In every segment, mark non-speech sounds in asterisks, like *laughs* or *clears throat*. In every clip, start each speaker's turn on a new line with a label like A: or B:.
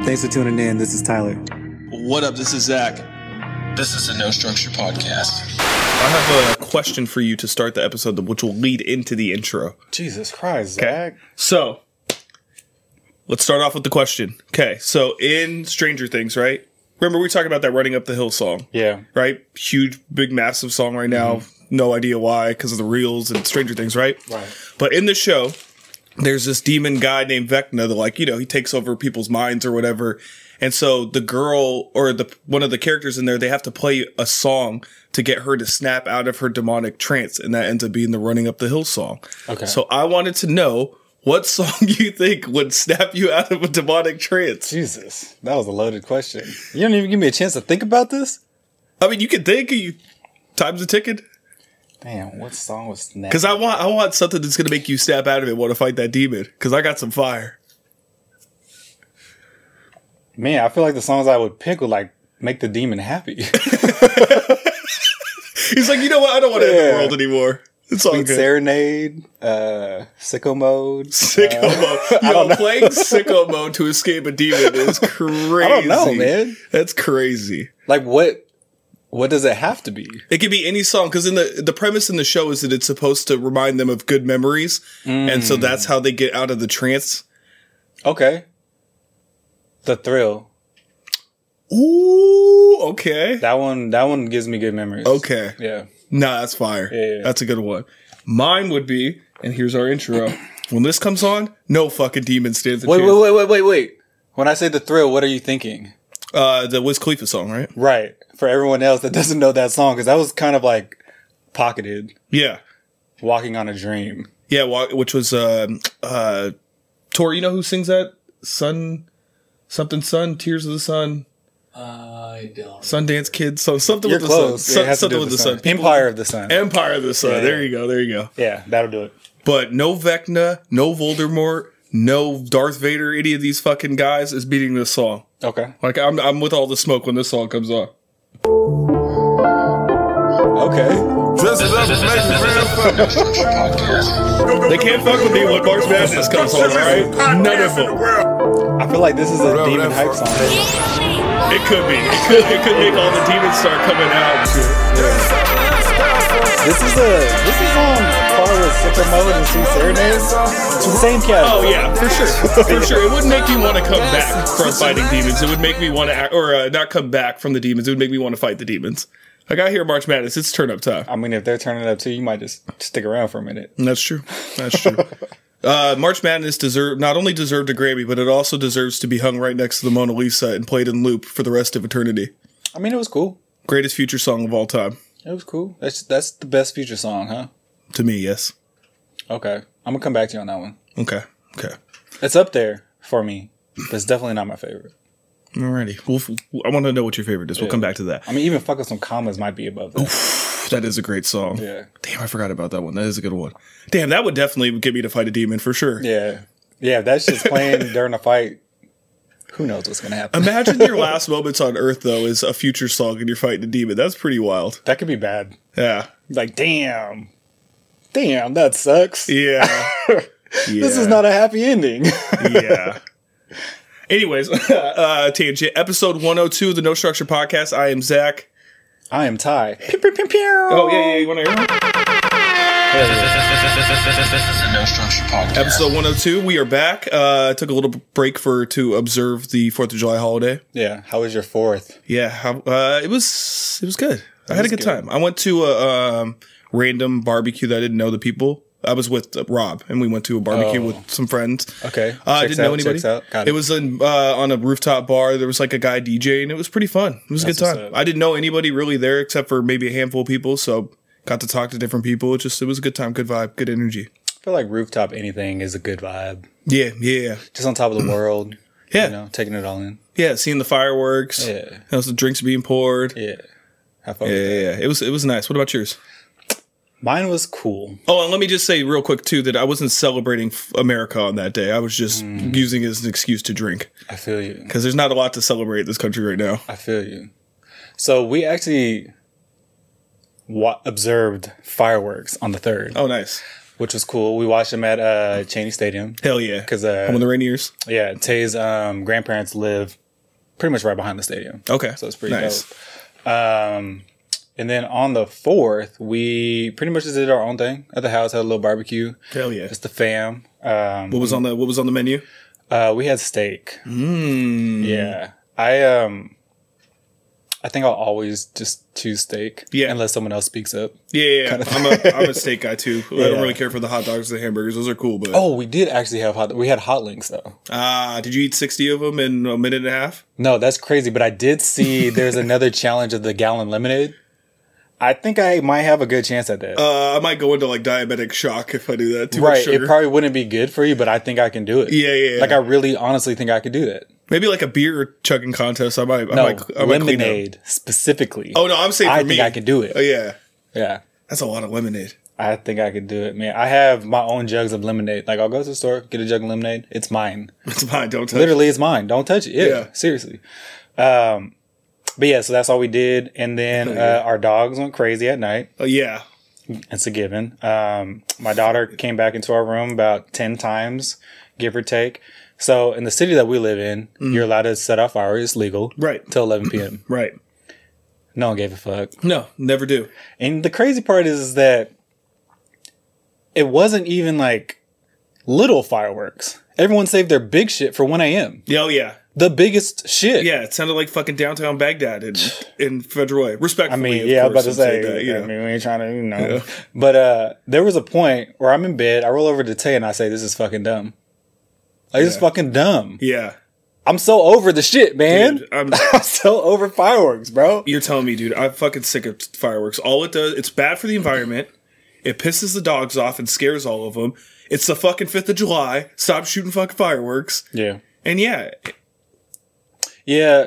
A: Thanks for tuning in. This is Tyler.
B: What up? This is Zach. This is the No Structure Podcast.
C: I have a question for you to start the episode, which will lead into the intro.
A: Jesus Christ,
C: Okay. So, let's start off with the question. Okay. So, in Stranger Things, right? Remember, we were talking about that Running Up the Hill song,
A: Yeah.
C: right? Huge, big, massive song right now. No idea why, because of the reels and Stranger Things, right?
A: Right.
C: But in the show, there's this demon guy named Vecna that, like, you know, he takes over people's minds or whatever. And so the girl or the one of the characters in there, they have to play a song to get her to snap out of her demonic trance, and that ends up being the "Running Up the Hill" song.
A: Okay.
C: So I wanted to know what song *laughs* you think would snap you out of a demonic trance.
A: Jesus, that was a loaded question. You don't even give me a chance to think about this.
C: I mean, you can think. You times a ticket.
A: Damn, what song was that?
C: Because I want, I want something that's gonna make you snap out of it, want to fight that demon. Because I got some fire.
A: man, I feel like the songs I would pick would like make the demon *laughs* happy.
C: He's like, you know what? I don't want to end
A: Yeah.
C: the world anymore. It's all
A: Sweet
C: good.
A: Serenade, uh, Sicko Mode.
C: Sicko
A: Uh, *laughs*
C: mode. Yo, playing sicko mode to escape a demon is crazy.
A: I don't know, man.
C: That's crazy.
A: Like what? What does it have to be?
C: It could be any song because in the the premise in the show is that it's supposed to remind them of good memories,
A: Mm.
C: and
A: Hmm.
C: so that's how they get out of the trance.
A: Okay. The thrill.
C: Ooh, okay,
A: That one. That one gives me good memories.
C: okay.
A: Yeah.
C: Nah, that's fire.
A: Yeah.
C: That's a good one. Mine would be, and here's our intro. *clears throat* when this comes on, no fucking demon stands a
A: Wait,
C: chance.
A: wait, wait, wait, wait, wait. When I say the thrill, what are you thinking?
C: Uh, the Wiz Khalifa song, right?
A: Right. For everyone else that doesn't know that song, because that was kind of like pocketed,
C: Yeah,
A: walking on a dream.
C: yeah. wa- Which was um uh, Tori. You know who sings that? Sun, something. Sun, Tears of the Sun.
D: I don't.
C: Sundance Kids. So something
A: You're
C: with the
A: close.
C: sun. Sun-
A: It has to
C: something
A: do
C: with the sun. People- Eh.
A: Empire of the Sun.
C: Empire of the Sun.
A: Yeah.
C: There you go. There you go.
A: yeah, that'll do it.
C: But no Vecna, no Voldemort, no Darth Vader, any of these fucking guys is beating this song.
A: Okay.
C: Like I'm, I'm with all the smoke when this song comes on.
A: Okay.
E: Dress it up and make it real fun.
B: No Structure Podcast.
C: They can't fuck with me when March Madness comes on, all right? None of them.
A: I feel like this is a
E: Whatever
A: demon
E: that
A: hype
E: fuck-
A: song.
C: It could be. It could, it could make all the demons start coming out.
A: This is a this is on par with Sicko Mode and Sweet Serenade. It's the same
C: Oh
A: category.
C: yeah, for sure, for sure. It would make me want to come back from fighting demons. It would make me want to, or uh, not come back from the demons. It would make me want to fight the demons. Like I hear March Madness, it's turn up time.
A: I mean, if they're turning it up too, you might just stick around for a minute.
C: Mm, That's true. That's true. *laughs* Uh, March Madness deserved not only deserved a Grammy, but it also deserves to be hung right next to the Mona Lisa and played in loop for the rest of eternity.
A: I mean, it was cool.
C: Greatest future song of all time,
A: It was cool. That's that's the best future song, huh?
C: to me. Yes.
A: Okay. I'm gonna come back to you on that one.
C: Okay. Okay.
A: It's up there for me, but it's definitely not my favorite.
C: Alrighty. We'll, I want to know what your favorite is. We'll come back to that.
A: I mean, even fucking some commas might be above that.
C: That is a great song.
A: Yeah.
C: Damn, I forgot about that one. That is a good one. Damn, that would definitely get me to fight a demon for sure.
A: Yeah. Yeah, if that's just playing during a fight, who knows what's gonna happen.
C: *laughs* Imagine
A: *laughs*
C: your last moments on Earth though is a future song and you're fighting a demon. That's pretty wild.
A: that could be bad.
C: Yeah.
A: Like, damn. Damn, that sucks.
C: Yeah.
A: *laughs* This is not a happy ending. *laughs*
C: yeah. Anyways, *laughs* uh, tangent. Episode 102 of the No Structure Podcast. I am Zach.
A: I am Ty.
C: Oh, yeah, yeah. You want to hear one?
B: This is the No Structure Podcast.
C: Episode 102. We are back. Uh, took a little break for to observe the 4th of July holiday.
A: Yeah. How was your fourth?
C: Yeah, how- uh, it was it was good. I had a
A: was
C: good,
A: good.
C: time. I went to a um, random barbecue that I didn't know the people. I was with uh, Rob, and we went to a barbecue
A: Oh.
C: with some friends.
A: Okay.
C: Uh, I
A: Checks
C: didn't
A: out,
C: know anybody.
A: checks out. Got
C: it
A: it.
C: was in, uh, on a rooftop bar. There was like a guy DJing. It was pretty fun. It was a good
A: what's
C: time.
A: up.
C: I didn't know anybody really there except for maybe a handful of people. So got to talk to different people. It just it was a good time, good vibe, good energy.
A: I feel like rooftop anything is a good vibe.
C: Yeah, yeah,
A: Just on top of the world.
C: Mm. yeah,
A: You know, taking it all in.
C: yeah. Seeing the fireworks.
A: Yeah.
C: That was the drinks being poured.
A: Yeah. Have fun.
C: Yeah,
A: with
C: yeah,
A: that.
C: yeah. It was it was nice. What about yours?
A: Mine was cool.
C: Oh, and let me just say real quick too that I wasn't celebrating f- America on that day. I was just
A: Mm.
C: using it as an excuse to drink
A: I feel you.
C: because there's not a lot to celebrate in this country right now.
A: I feel you. So we actually wa- observed fireworks on the third,
C: Oh, nice.
A: which was cool. We watched him at uh, Cheney Stadium
C: Hell yeah.
A: 'Cause, uh,
C: I'm on the Rainiers.
A: Yeah, Tay's um, grandparents live pretty much right behind the stadium.
C: Okay.
A: So it's pretty dope. Um, and then on the fourth, we pretty much just did our own thing at the house, had a little barbecue.
C: Hell yeah.
A: Just the fam. Um,
C: What was on the What was on the menu?
A: uh, we had steak.
C: Mm.
A: Yeah. I um I think I'll always just choose steak.
C: Yeah.
A: Unless someone else speaks up.
C: Yeah, yeah, yeah. I'm
A: *laughs*
C: a I'm a steak guy too. I
A: Yeah.
C: don't really care for the hot dogs and the hamburgers. Those are cool, but
A: Oh, we did actually have hot we had hot links though.
C: ah, did you eat 60 of them in a minute and a half?
A: No, that's crazy. But I did
C: *laughs*
A: see there's another challenge of the gallon lemonade. I think I might have a good chance at that.
C: Uh, I might go into like diabetic shock if I do that. Too much
A: right.
C: sugar.
A: It probably wouldn't be good for you, but I think I can do it.
C: Yeah, yeah, yeah.
A: Like I really honestly think I could do that.
C: Maybe like a beer chugging contest. I might. I
A: No,
C: might, I might clean up.
A: lemonade specifically.
C: Oh no, I'm saying for
A: I
C: me.
A: think I can do it.
C: Oh yeah,
A: yeah.
C: that's a lot of lemonade. *laughs*
A: I think I could do it, man. I have my own jugs of lemonade. Like I'll go to the store, get a jug of lemonade. It's mine.
C: That's mine. Don't touch.
A: Literally, it's mine. Don't touch it. Yeah,
C: Yeah.
A: seriously. Um, but yeah, so that's all we did, and
C: *laughs*
A: then uh, our dogs went crazy at night.
C: Oh yeah.
A: It's a given. Um, my daughter came back into our room about ten times, give or take. So in the city that we live in, you're allowed to set off hours. It's legal,
C: Mm. Right.
A: Till eleven p.m.
C: Right.
A: no one gave a fuck.
C: No, never do.
A: And the crazy part is, is that it wasn't even like little fireworks. Everyone saved their big shit for 1 a.m.
C: Yeah, oh yeah.
A: The biggest shit.
C: Yeah, it sounded like fucking downtown
A: *laughs*
C: Baghdad in, in Federal Way.
A: I
C: Respectfully.
A: mean, yeah, I
C: of
A: was about to
C: course,
A: say,
C: I'm saying that,
A: yeah.
C: yeah.
A: I mean, we ain't trying to, you know. But uh, there was a point where I'm in bed, I roll over to Tay and I say, this is fucking dumb. Like, this is
C: Yeah.
A: fucking dumb.
C: yeah.
A: I'm so over the shit, man.
C: Dude, I'm-
A: *laughs* I'm so over fireworks, bro.
C: You're telling me, dude, I'm fucking sick of fireworks. All it does, it's bad for the environment. It pisses the dogs off and scares all of them. It's the fucking 5th of July. Stop shooting fucking fireworks.
A: Yeah.
C: And yeah,
A: Yeah.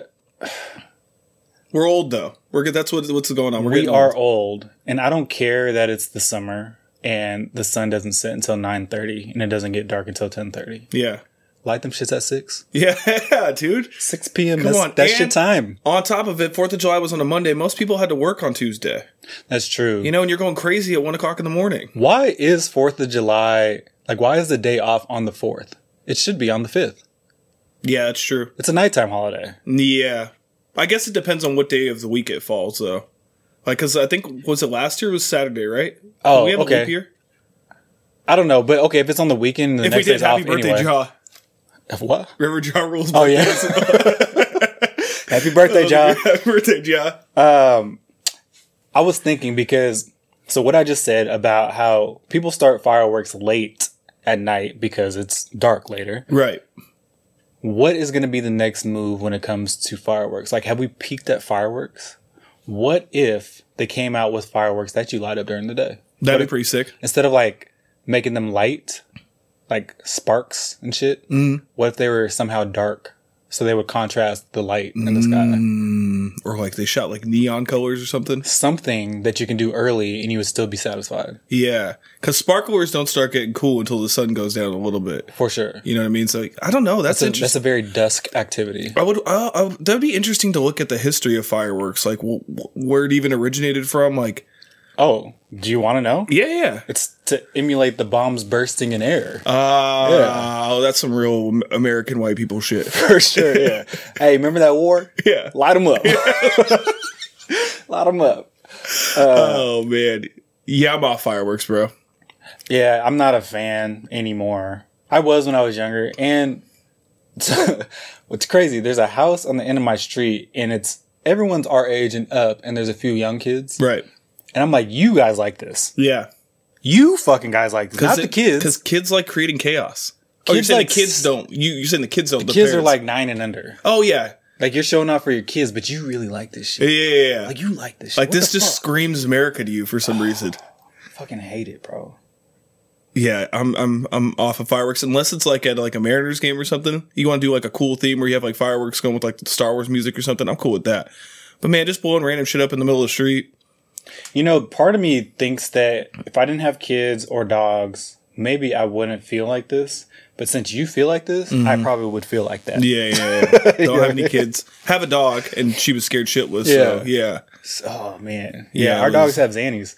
C: we're old though. We're good. That's what, what's going on. We're
A: we
C: getting
A: are
C: old.
A: old and i don't care that it's the summer and the sun doesn't set until 9.30 and it doesn't get dark until 10.30
C: Yeah. *laughs*
A: light them shits at 6
C: Yeah, dude.
A: 6 p.m
C: Come
A: that's,
C: on,
A: that's your
C: and-
A: time
C: On top of it, 4th of July was on a Monday. Most people had to work on Tuesday.
A: that's true
C: You know, and you're going crazy at 1 o'clock in the morning.
A: why is 4th of july like why is the day off on the 4th it should be on the 5th
C: Yeah, it's true.
A: it's a nighttime holiday
C: Yeah. I guess it depends on what day of the week it falls, though. Like, because I think, was it last year? It was Saturday, right?
A: Oh,
C: Did we have
A: okay.
C: a leap year?
A: i don't know but okay if it's on the weekend the
C: if we
A: next
C: did,
A: day's
C: happy
A: off
C: birthday,
A: anyway
C: Jaw.
A: what
C: *laughs* Remember Jaw rules?
A: oh yeah happy birthday john
C: *laughs* Happy birthday, Jaw.
A: I was thinking because so what I just said about how people start fireworks late at night because it's dark later.
C: Right.
A: What is going to be the next move when it comes to fireworks? Like, have we peaked at fireworks? What if they came out with fireworks that you light up during the day
C: That'd be pretty sick.
A: instead of like making them light, like sparks and shit? What if they were somehow dark? So they would contrast the light in the sky.
C: Or like they shot like neon colors or something.
A: Something that you can do early and you would still be satisfied
C: Yeah. Because sparklers don't start getting cool until the sun goes down a little bit.
A: for sure.
C: You know what I mean? So like, I don't know. That's,
A: That's a, that's
C: interesting.
A: a very dusk activity.
C: I would. Uh, I, would- that'd be interesting to look at the history of fireworks, like w- w- where it even originated from. Like,
A: Oh, do you want to know?
C: yeah, yeah.
A: It's to emulate the bombs bursting in air.
C: Uh, Oh, that's some real Am- American white people
A: *laughs*
C: shit. *laughs*
A: for sure, yeah. hey, remember that war?
C: Yeah.
A: Light them *laughs* up. Light them up.
C: oh man, Yamaha fireworks, bro.
A: Yeah, I'm not a fan anymore. I was when I was younger. And *laughs* what's crazy, there's a house on the end of my street, and it's everyone's our age and up, and there's a few young kids.
C: Right.
A: And I'm like, you guys like this.
C: Yeah.
A: You fucking guys like this. Not the kids.
C: because kids like creating chaos. oh, you're
A: Kids
C: saying
A: like
C: the kids
A: s-
C: don't. You you're saying the kids don't. The,
A: kids are
C: parents.
A: like nine and under.
C: oh yeah,
A: Like you're showing off for your kids, but you really like this shit.
C: yeah, yeah, yeah.
A: Like you like this shit.
C: Like
A: What
C: this
A: the
C: just
A: fuck?
C: screams America to you for some reason.
A: fucking hate it, bro.
C: Yeah, I'm I'm I'm off of fireworks unless it's like at like a Mariners game or something. You want to do like a cool theme where you have like fireworks going with like Star Wars music or something. I'm cool with that. But man, just blowing random shit up in the middle of the street.
A: You know, part of me thinks that if I didn't have kids or dogs, maybe I wouldn't feel like this. But since you feel like this, I probably would feel like that.
C: Mm-hmm. Yeah, yeah.
A: *laughs*
C: yeah. Don't have any kids. Have a dog, and she was scared shitless. So
A: Yeah.
C: yeah,
A: Oh man. Yeah,
C: Yeah,
A: our
C: it
A: dogs
C: was-
A: have Xannies.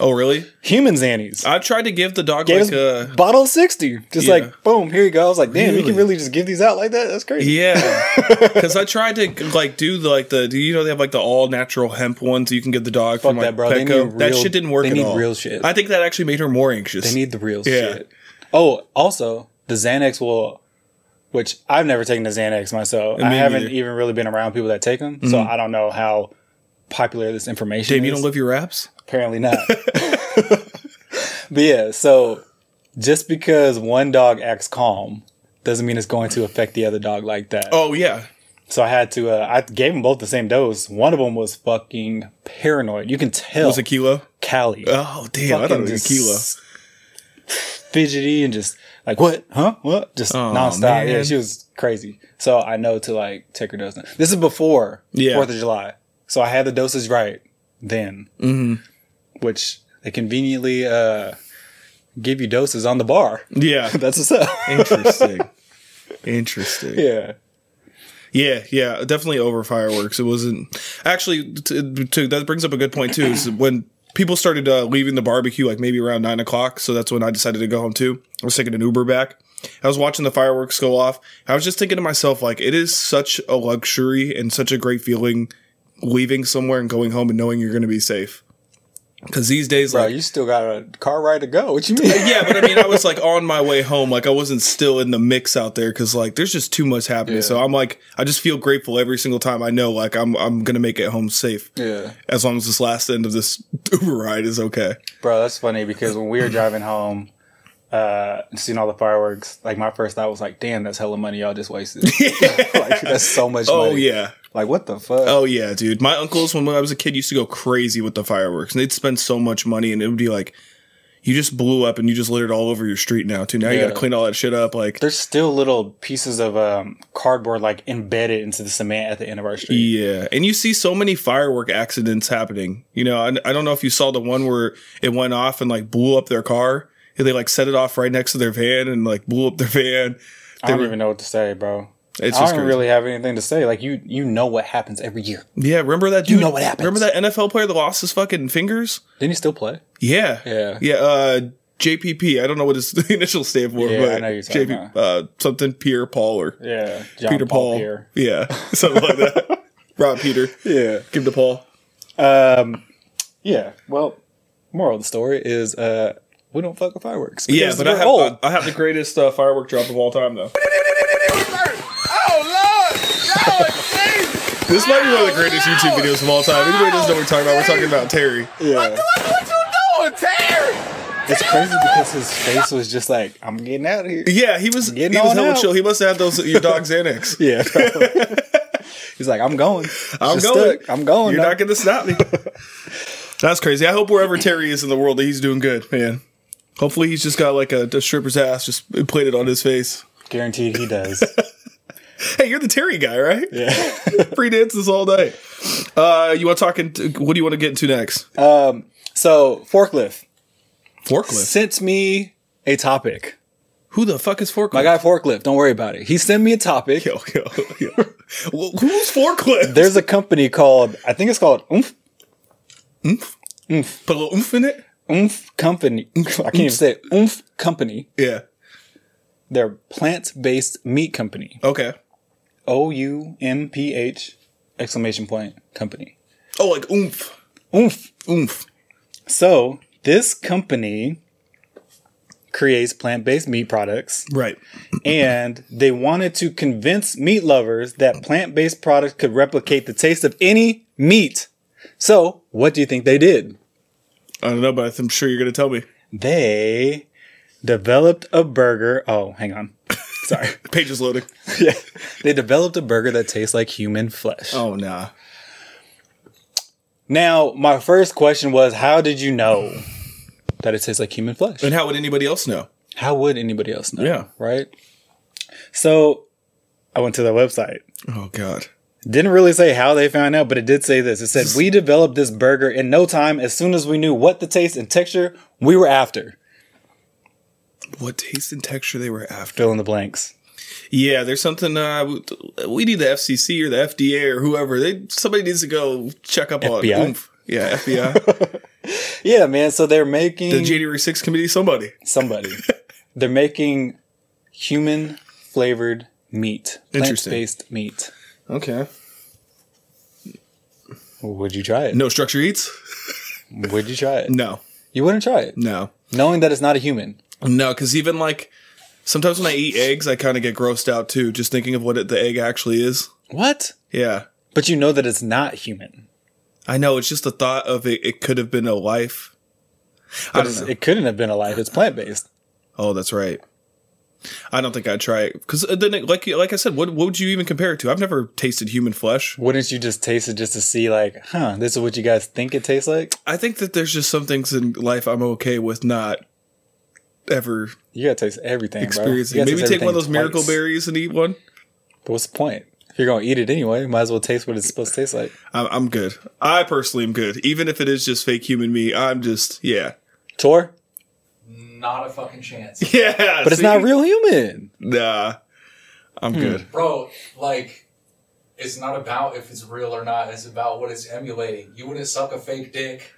C: Oh, really?
A: Human Xannies.
C: I tried to give the dog
A: Gave
C: like uh,
A: us
C: a
A: bottle of 60. Just
C: Yeah.
A: like, boom, here you go. I was like, damn, we
C: Really?
A: can really just give these out like that? That's crazy. *laughs*
C: yeah, because I tried to like do like the do you know they have like the all natural hemp ones you can get the dog
A: Fuck
C: from like
A: that, bro. They
C: Petco.
A: need
C: that
A: real-
C: shit didn't work
A: they
C: at
A: need
C: all.
A: real shit.
C: I think that actually made her more anxious.
A: They need the real
C: Yeah.
A: shit. Oh, also, the Xanax will, which I've never taken the Xanax myself. I
C: me
A: haven't
C: neither. Mm-hmm.
A: even really been around people that take them, so I don't know how popular this information
C: Damn,
A: is.
C: you don't live your raps.
A: Apparently
C: *laughs*
A: not. but yeah, so just because one dog acts calm doesn't mean it's going to affect the other dog like that.
C: Oh yeah,
A: So I had to, uh, I gave them both the same dose. One of them was fucking paranoid. You can tell.
C: was a kilo.
A: Cali.
C: Oh damn, I thought it was a kilo.
A: Fidgety and just like what? Huh? What? Just
C: Aw,
A: nonstop. Yeah,
C: man.
A: she was crazy. So I know to like take her dose. Now. This is before
C: Yeah.
A: Fourth of July, so I had the doses right then, mm-hmm. which they conveniently uh, give you doses on the bar.
C: Yeah,
A: That's what's up.
C: *laughs* interesting. Interesting.
A: *laughs* yeah.
C: Yeah, yeah, definitely over fireworks. It wasn't actually. To, to, that brings up a good point too. Is when people started uh, leaving the barbecue, like maybe around nine o'clock. So that's when I decided to go home too. I was taking an Uber back. I was watching the fireworks go off. I was just thinking to myself, like, it is such a luxury and such a great feeling leaving somewhere and going home and knowing you're going to be safe. Because these days,
A: Bro,
C: like,
A: you still got a car ride to go. What you mean? *laughs*
C: yeah, but I mean, I was like on my way home, like I wasn't still in the mix out there because like there's just too much happening.
A: Yeah.
C: So I'm like, I just feel grateful every single time I know like I'm I'm gonna make it home safe
A: yeah.
C: as long as this last end of this *laughs* Uber ride is okay.
A: Bro, that's funny because when we were driving home, uh, seeing all the fireworks, like my first thought was like, "Damn, that's hella money y'all just
C: *laughs*
A: wasted. *laughs* like that's so much money."
C: Oh yeah,
A: Like what the fuck?
C: oh yeah, dude. My uncles when I was a kid used to go crazy with the fireworks, and they'd spend so much money, and it would be like. You just blew up and you just littered all over your street now too. Now you got
A: Yeah.
C: to clean all that shit up. Like,
A: There's still little pieces of um, cardboard like embedded into the cement at the end of our street.
C: Yeah, and you see so many firework accidents happening. You know, I, I don't know if you saw the one where it went off and like blew up their car. And they like set it off right next to their van and like blew up their *laughs* van.
A: I don't
C: They-
A: even know what to say, bro.
C: It's
A: I
C: just
A: don't
C: crazy.
A: really have anything to say. Like you, you know what happens every year.
C: yeah. Remember that? Dude,
A: You know what happens.
C: Remember that NFL player that lost his fucking fingers?
A: Didn't you still play?
C: Yeah,
A: Yeah.
C: yeah. Uh, JPP. I don't know what his *laughs* initial stand for,
A: Yeah,
C: but
A: I know you're talking
C: JP, uh, something Pierre Paul or
A: Yeah, John
C: Peter Paul.
A: Pierre.
C: Yeah, *laughs* something like
A: *laughs*
C: that. Rob Peter.
A: Yeah.
C: Give to Paul.
A: Yeah. Well, moral of the story is uh, we don't fuck with fireworks.
C: Yeah,
A: because
C: but I
A: we're
C: have
A: old.
C: I, I have the greatest uh, firework drop of all time though. This might be one of the greatest YouTube videos of all time. Anybody doesn't know what we're talking about, we're talking about Terry.
A: Yeah. It's crazy because his face was just like, I'm getting out
C: *laughs*
A: of here.
C: Yeah, he was
A: Getting
C: he was
A: on
C: hella
A: out.
C: chill. He must have had those your
A: *laughs*
C: dog Xanax.
A: Yeah. He's like, I'm going.
C: I'm
A: Just
C: going.
A: stuck. I'm going.
C: You're
A: dog."
C: not gonna stop me. That's crazy. I hope wherever Terry is in the world that he's doing good, man. Hopefully he's just got like a, a stripper's ass just plated on his face.
A: Guaranteed he
C: *laughs*
A: does.
C: Hey, you're the Terry guy, right?
A: yeah.
C: Free dances all night. Uh, you want to talk? Into, what do you want to get into next?
A: Uh, So, Forklift
C: forklift.
A: sent me a topic.
C: Who the fuck is forklift?
A: My guy Forklift, don't worry about it. He sent me a topic.
C: *laughs* Yo, yo, yo. Well, who's forklift?
A: There's a company called, I think it's called Oomph,
C: Put a little oomph in it.
A: Oomph Company. I can't even say it. Oomph Company.
C: Yeah.
A: They're plant based meat company.
C: Okay.
A: O U M P H exclamation point company.
C: Oh, like oomph,
A: Oomph.
C: oomph.
A: So this company creates plant-based meat products
C: Right.
A: and they wanted to convince meat lovers that plant-based products could replicate the taste of any meat. So, what do you think they did?
C: I don't know, but I'm sure you're gonna tell me.
A: They developed a burger. Oh, hang on. *laughs* Sorry.
C: Page is loading.
A: they developed a burger that tastes like human flesh.
C: Oh nah.
A: Now, my first question was how did you know that it tastes like human flesh?
C: And how would anybody else know?
A: How would anybody else know?
C: Yeah.
A: Right? So I went to their website.
C: Oh god.
A: Didn't really say how they found out, but it did say this. It said, We developed this burger in no time as soon as we knew what the taste and texture we were after.
C: What taste and texture they were after?
A: Fill in the blanks.
C: Yeah, there's something. Uh, we- we need the FCC or the FDA or whoever. They somebody needs to go check up on
A: FBI?
C: *laughs* oomph. Yeah, FBI.
A: yeah, man. So they're making
C: The January 6th committee, somebody. *laughs*
A: somebody. They're making human flavored meat,
C: Interesting.
A: plant-based meat.
C: Okay.
A: Would you try it?
C: No structure eats?
A: Would you try it?
C: No.
A: You wouldn't try it,
C: No.
A: knowing that it's not a human.
C: No, because even like sometimes when I eat eggs, I kind of get grossed out too, just thinking of what it, the egg actually is.
A: What?
C: Yeah.
A: But you know that it's not human.
C: I know. It's just the thought of it, it could have been a life. I
A: But
C: don't
A: it's-
C: know.
A: it couldn't have been alive. It's plant-based.
C: oh, that's right. I don't think I'd try it because then, it, like like I said, what what would you even compare it to? I've never tasted human flesh.
A: Wouldn't you just taste it just to see, like, huh? This is what you guys think it tastes like.
C: I think that there's just some things in life I'm okay with not ever
A: You gotta taste everything. bro.
C: experiencing.
A: You gotta
C: Maybe
A: taste
C: take one of those
A: everything
C: miracle
A: twice.
C: berries and eat one.
A: But what's the point? If you're gonna eat it anyway, might as well taste what it's supposed to taste like.
C: I'm, I'm good. I personally am good, even if it is just fake human me. I'm just yeah,
A: Tor,
F: Not a fucking chance.
C: *laughs* yeah.
A: but it's
C: see?
A: not real Hmm. human.
C: Nah, I'm good.
F: Bro, like, it's not about if it's real or not. It's about what it's emulating. You wouldn't suck a fake dick.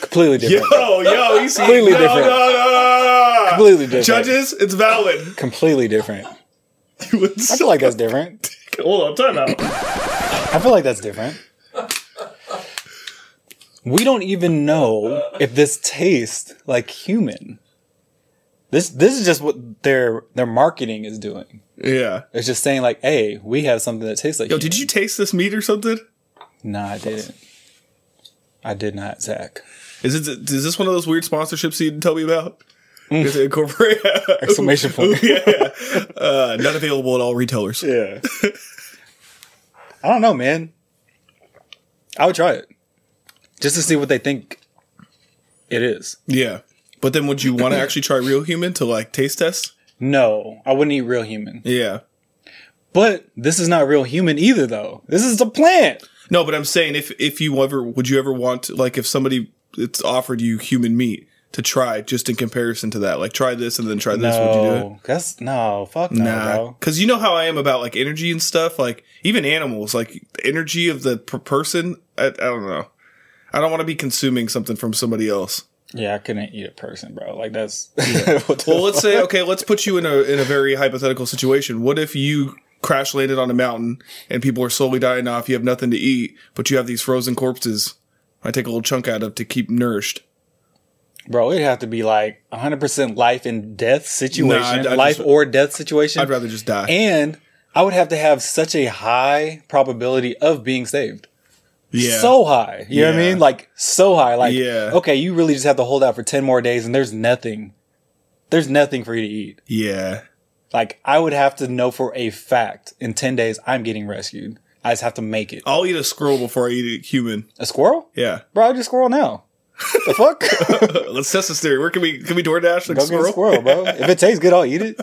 A: Completely
C: Yo,
A: different.
C: yo, he's
A: Completely
C: no,
A: different.
C: No, no, no, no.
A: Completely different.
C: Judges, it's valid.
A: Completely different.
C: You would
A: *laughs*
C: *laughs*
A: I feel like that's different.
C: suck- Hold on, time out.
A: I feel like that's different. We don't even know if this tastes like human. This this is just what their their marketing is doing.
C: Yeah.
A: It's just saying like, hey, we have something that tastes like.
C: Yo, did you taste this meat or something?
A: Nah, I didn't. I did not, Zach.
C: *laughs* Is it? Is this one of those weird sponsorships you didn't tell me about?
A: Mm.
C: Is it incorporate?
A: Exclamation point.
C: *laughs* yeah. Uh, not available at all retailers.
A: Yeah. I don't know, man. I would try it just to see what they think it is.
C: Yeah. But then would you want to actually try real human to like taste test?
A: No, I wouldn't eat real human.
C: Yeah.
A: But this is not real human either, though. This is a plant.
C: No, but I'm saying if if you ever would you ever want to, like if somebody it's offered you human meat to try just in comparison to that like try this and then try this would you do it?
A: No, that's no, fuck no,
C: Nah,
A: bro.
C: because you know how I am about like energy and stuff. Like even animals, like the energy of the per- person. I, I don't know. I don't want to be consuming something from somebody else.
A: Yeah, I couldn't eat a person, bro. Like that's *laughs* what the
C: Well, let's say okay, let's put you in a in a very hypothetical situation. What if you crash landed on a mountain and people are slowly dying off? You have nothing to eat, but you have these frozen corpses. I take a little chunk out of to keep nourished.
A: Bro, it'd have to be like 100% life and death situation,
C: Nah, I'd- I'd
A: life
C: just-
A: or death situation.
C: I'd rather just die.
A: And I would have to have such a high probability of being saved.
C: yeah.
A: So high. You know what I
C: Yeah.
A: mean? Like, so high. Like,
C: Yeah.
A: okay, you really just have to hold out for 10 more days and there's nothing. There's nothing for you to eat.
C: yeah.
A: Like, I would have to know for a fact in 10 days I'm getting rescued. I just have to make it.
C: I'll eat a squirrel before I eat a human.
A: A squirrel?
C: Yeah. *laughs*
A: Bro, I'll just squirrel now. the fuck?
C: let's test this theory. Where can we can we DoorDash like
A: Go
C: squirrel?
A: get a squirrel, bro. if it tastes good, I'll eat it.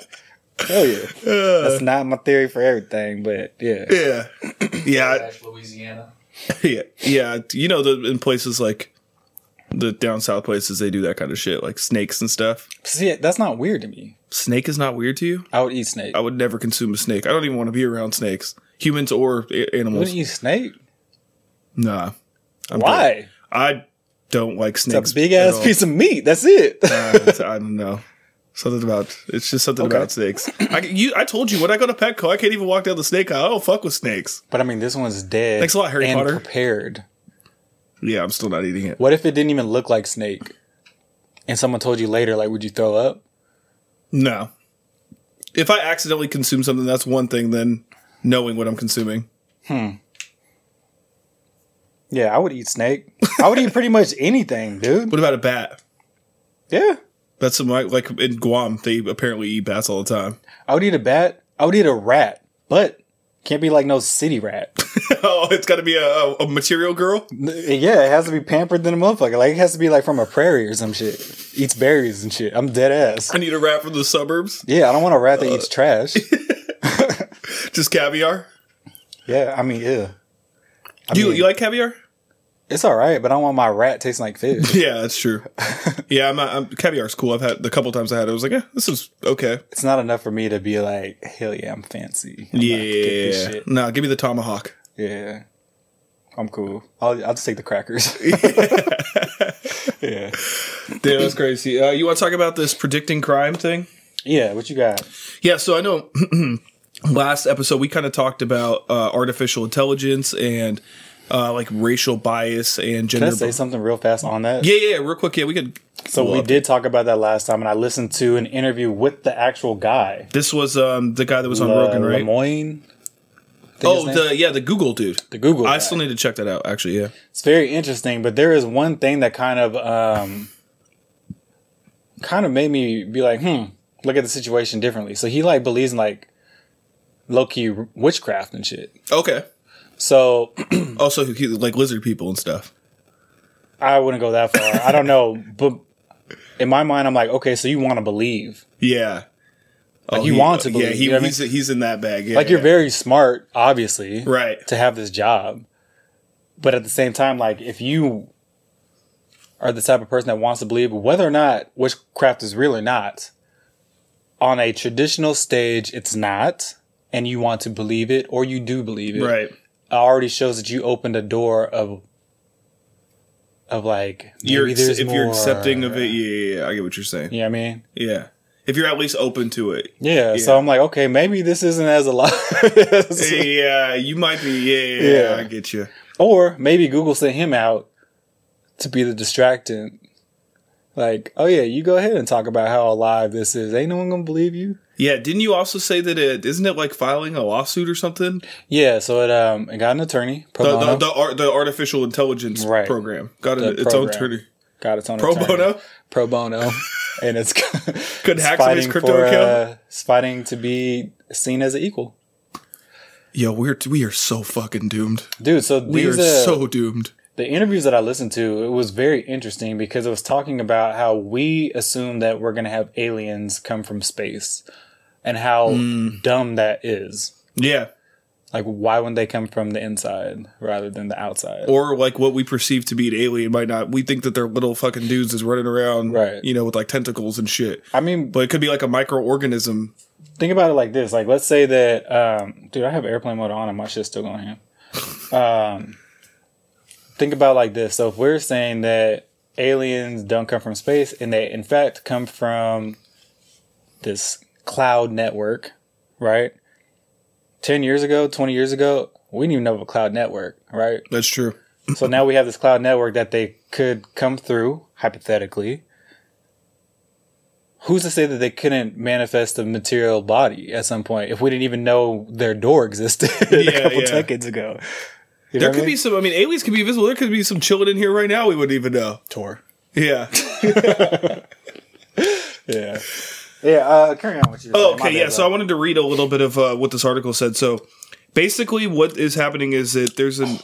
A: Hell yeah. That's not my theory for everything, but yeah.
C: Yeah. *clears throat* Yeah.
F: Dash,
C: I-
F: Louisiana.
C: yeah. Yeah. You know the in places like the down south places they do that kind of shit, like snakes and stuff.
A: See, that's not weird to me.
C: Snake is not weird to you?
A: I would eat snake.
C: I would never consume a snake. I don't even want to be around snakes, humans or a-
A: Wouldn't
C: animals.
A: you snake?
C: Nah, I'm
A: Why?
C: good. I don't like snakes.
A: It's a big
C: at
A: ass
C: all.
A: piece of meat. That's it.
C: I, I don't know. Something about it's just something
A: Okay.
C: about snakes. I you I told you when I go to Petco, I can't even walk down the snake aisle. I don't fuck with snakes.
A: *laughs* but I mean, this one's dead.
C: Thanks a lot, Harry
A: and
C: Potter.
A: Prepared.
C: Yeah, I'm still not eating it.
A: What if it didn't even look like snake? And someone told you later, like, would you throw up?
C: No. If I accidentally consume something, that's one thing. Then knowing what I'm consuming.
A: Yeah, I would eat snake.
C: *laughs*
A: I would eat pretty much anything, dude.
C: What about a bat?
A: Yeah,
C: That's some, like like in Guam, they apparently eat bats all the time. *laughs*
A: I would eat a bat. I would eat a rat, but can't be like no city rat.
C: oh, it's got to be a, a, a material girl.
A: Yeah, it has to be pampered than a motherfucker. Like it has to be like from a prairie or some shit. Eats berries and shit. I'm dead ass.
C: I need a rat from the suburbs.
A: Yeah, I don't want a rat that
C: Uh.
A: eats
C: *laughs*
A: trash.
C: Just caviar.
A: Yeah, I mean, yeah. I
C: Do you,
A: mean,
C: you like caviar?
A: it's all right, but I don't want my rat tasting like fish.
C: Yeah, that's true. *laughs* yeah, I'm, not, I'm caviar's cool. I've had the couple times I had it, I was like, yeah, this is okay.
A: it's not enough for me to be like, hell yeah, I'm fancy. I'm about to get this
C: Yeah,
A: shit.
C: nah, give me
A: *laughs*
C: the tomahawk. *laughs*
A: yeah. I'm cool. I'll, I'll just take the crackers. *laughs* Yeah.
C: Dude, that's crazy. Uh, you want to talk about this predicting crime thing?
A: Yeah, what you got?
C: Yeah, so I know *clears throat* last episode we kind of talked about uh, artificial intelligence and uh, like racial bias and
A: Can I
C: gender.
A: say something real fast on that?
C: yeah, yeah, yeah, real quick. Yeah, we could.
A: So we did talk about that last time, and I listened to an interview with the actual guy,
C: This was um, the guy that was on
A: Le-
C: Rogan, right?
A: Lemoyne. I think his
C: Oh,
A: name-
C: the yeah, the Google dude.
A: the Google.
C: I
A: guy.
C: still need to check that out. Actually, yeah.
A: it's very interesting, but there is one thing that kind of um, kind of made me be like, hmm, look at the situation differently. So he like believes in like low key witchcraft and shit.
C: Okay.
A: So
C: Also, he- like lizard people and stuff.
A: I wouldn't go that far. I don't know, *laughs* but in my mind, I'm like, okay, so you want to believe.
C: Yeah. Oh,
A: Like, you
C: he-
A: want to believe.
C: Yeah, he,
A: you know what I mean?
C: he's, he's in that bag. Yeah,
A: like you're
C: yeah.
A: very smart, obviously,
C: Right.
A: to have this job. But at the same time, like if you are the type of person that wants to believe whether or not witchcraft is real or not, on a traditional stage, it's not, and you want to believe it or you do believe it.
C: Right.
A: It already shows that you opened a door of of like
C: You're
A: maybe
C: ex-
A: there's
C: if you're
A: more.
C: accepting of it. Yeah, yeah, yeah. I get what you're saying.
A: You know what I mean?
C: Yeah. If you're at least open
A: *laughs*
C: to it.
A: Yeah.
C: Yeah.
A: So I'm like, okay, maybe this isn't as a lot. *laughs*
C: *laughs* yeah, you might be. Yeah, yeah, yeah,
A: Yeah.
C: I get you.
A: Or maybe Google sent him out to be the distractant. Like, oh yeah, you go ahead and talk about how alive this is. Ain't no one gonna believe you.
C: Yeah, didn't you also say that it isn't it like filing a lawsuit or something?
A: Yeah, so it um it got an attorney. Pro
C: The the,
A: bono.
C: the, ar- the artificial intelligence
A: Right.
C: program got
A: The
C: a, its own
A: program.
C: attorney.
A: got its own
C: Pro
A: attorney.
C: bono?
A: Pro
C: *laughs*
A: bono. and it's
C: Could
A: it's
C: hack somebody's
A: fighting
C: crypto
A: for,
C: account?
A: uh, it's fighting to be seen as an equal.
C: Yo, we're we are so fucking doomed.
A: Dude, so
C: We
A: these
C: are
A: uh,
C: so doomed.
A: the interviews that I listened to, it was very interesting because it was talking about how we assume that we're gonna have aliens come from space and how dumb that is.
C: Yeah,
A: Like, why wouldn't they come from the inside rather than the outside?
C: or like what we perceive to be an alien might not. We think that they're little fucking dudes is running around,
A: Right.
C: You know, with like tentacles and shit.
A: I mean,
C: But it could be like a microorganism.
A: think about it like this: like, let's say that, um, dude, I have airplane mode on, and my shit's still going ham. Um, think about it like this: so if we're saying that aliens don't come from space, and they in fact come from this cloud network, right? Ten years ago, twenty years ago, we didn't even know of a cloud network, right?
C: That's true.
A: So now we have this cloud network that they could come through, hypothetically. Who's to say that they couldn't manifest a material body at some point if we didn't even know their door existed *laughs*
C: Yeah,
A: a couple
C: yeah.
A: decades ago? You know
C: There
A: what I
C: could
A: mean?
C: be some. I mean, aliens could be visible. There could be some chilling in here right now. We wouldn't even know.
A: Tor. *laughs*
C: Yeah.
A: Yeah. Yeah, uh, carry on with you.
C: Oh, okay, yeah. So I wanted to read a little bit of uh, what this article said. So basically, what is happening is that there's an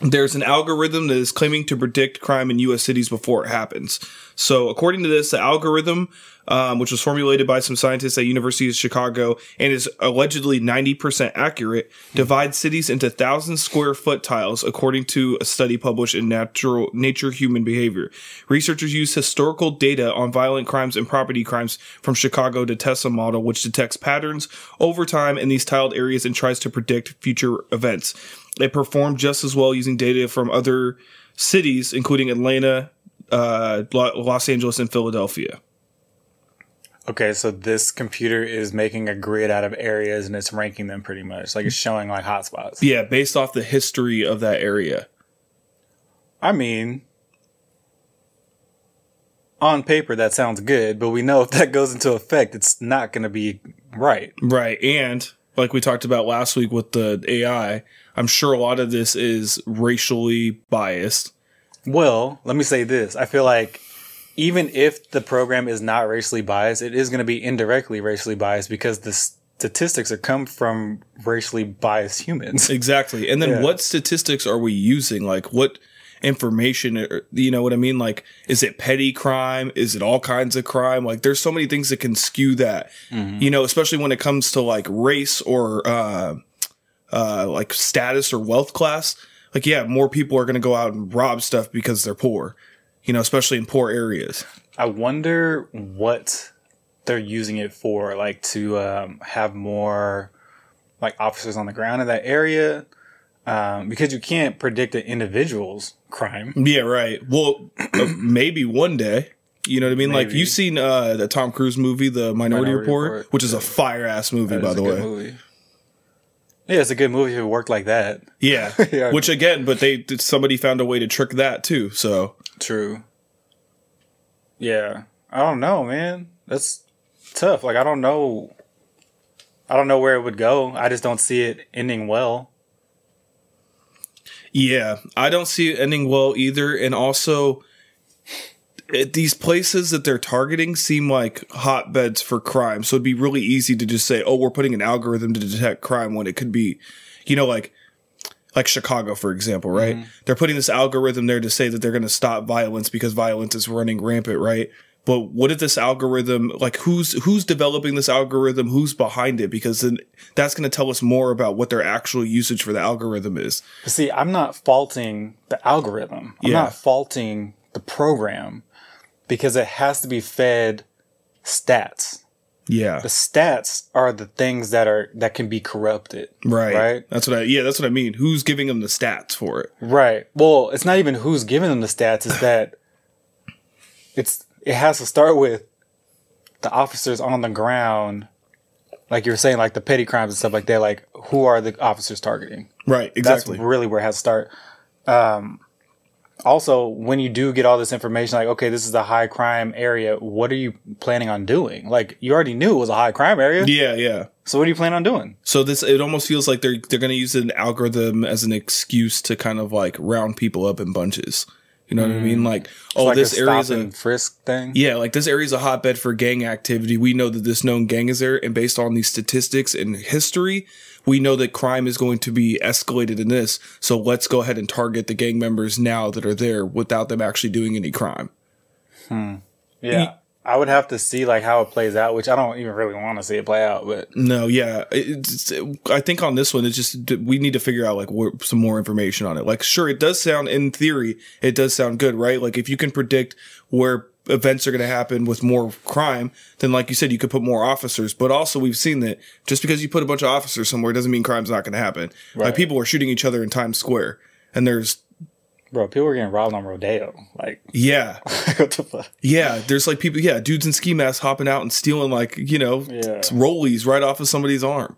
C: there's an algorithm that is claiming to predict crime in U.S. cities before it happens. So according to this, the algorithm, um, which was formulated by some scientists at University of Chicago and is allegedly 90% accurate, divides cities into thousand square foot tiles, according to a study published in Natural Nature Human Behavior. Researchers use historical data on violent crimes and property crimes from Chicago to Tessa model, which detects patterns over time in these tiled areas and tries to predict future events. It performed just as well using data from other cities, including Atlanta, uh, Lo- Los Angeles, and Philadelphia.
A: Okay, so this computer is making a grid out of areas and it's ranking them pretty much. Like it's showing like hotspots.
C: Yeah, based off the history of that area.
A: I mean, on paper that sounds good, but we know if that goes into effect, it's not going to be right.
C: Right. And like we talked about last week with the AI, I'm sure a lot of this is racially biased.
A: Well, let me say this: I feel like even if the program is not racially biased, it is going to be indirectly racially biased because the statistics are come from racially biased humans. *laughs*
C: *laughs* Exactly. And then
A: Yeah.
C: what statistics are we using? Like what information or- you know what I mean? Like is it petty crime? Is it all kinds of crime? Like there's so many things that can skew that. You know, especially when it comes to like race or uh uh like status or wealth class. Like yeah, more people are going to go out and rob stuff because they're poor. You know, especially in poor areas.
A: I wonder what they're using it for, like to um, have more like officers on the ground in that area, um, because you can't predict an individual's crime.
C: Yeah, right. Well,
A: *clears throat*
C: uh, maybe one day. You know what I mean? Like
A: Maybe.
C: you seen uh, the Tom Cruise movie, The Minority,
A: Minority
C: Report,
A: Report.
C: which is a fire ass movie, by
A: It's a
C: the
A: good
C: way.
A: movie. Yeah, it's a good movie if it worked like that.
C: Yeah.
A: *laughs* Yeah.
C: Which again, but they somebody found a way to trick that too. So
A: True. Yeah. I don't know, man. That's tough. Like I don't know I don't know where it would go. I just don't see it ending well.
C: yeah, I don't see it ending well either. And also, it, these places that they're targeting seem like hotbeds for crime. So it'd be really easy to just say, "Oh, we're putting an algorithm to detect crime," when it could be, you know, like like Chicago, for example, right? They're putting this algorithm there to say that they're going to stop violence because violence is running rampant, right? But what if this algorithm, like who's who's developing this algorithm, who's behind it? Because then that's going to tell us more about what their actual usage for the algorithm is.
A: But see, I'm not faulting the algorithm. I'm
C: Yeah.
A: not faulting the program because it has to be fed stats.
C: Yeah,
A: The stats are the things that are that can be corrupted.
C: right.
A: Right.
C: That's what I. Yeah, that's what I mean. Who's giving them the stats for it?
A: Right. Well, it's not even who's giving them the stats. It's that it's it has to start with the officers on the ground, like you were saying, like the petty crimes and stuff like that. Like, who are the officers targeting?
C: Right. Exactly.
A: That's really where it has to start. Um, also, when you do get all this information, like, okay, this is a high crime area. What are you planning on doing? Like, you already knew it was a high crime area.
C: yeah. Yeah.
A: So, what are you planning on doing?
C: So this it almost feels like they're they're going to use an algorithm as an excuse to kind of like round people up in bunches. You know what I mean? Like, oh,
A: Mm. like
C: this
A: a stop
C: area's a
A: and frisk thing.
C: yeah, like this area's a hotbed for gang activity. We know that this known gang is there, and based on these statistics and history, we know that crime is going to be escalated in this. So let's go ahead and target the gang members now that are there without them actually doing any crime.
A: Yeah. I would have to see like how it plays out, which I don't even really want to see it play out, but
C: No, yeah, it's, I think on this one, it's just we need to figure out like wh- some more information on it. Like, sure, it does sound in theory, it does sound good, right? Like, if you can predict where events are going to happen with more crime, then like you said, you could put more officers. But also, we've seen that just because you put a bunch of officers somewhere doesn't mean crime's not going to happen.
A: Right.
C: Like, people are shooting each other in Times Square, and there's
A: bro, people are getting robbed on Rodeo. Like, *laughs*
C: yeah,
A: what the fuck?
C: yeah, there's like people, yeah, dudes in ski masks hopping out and stealing like you know
A: Yeah.
C: rollies right off of somebody's arm.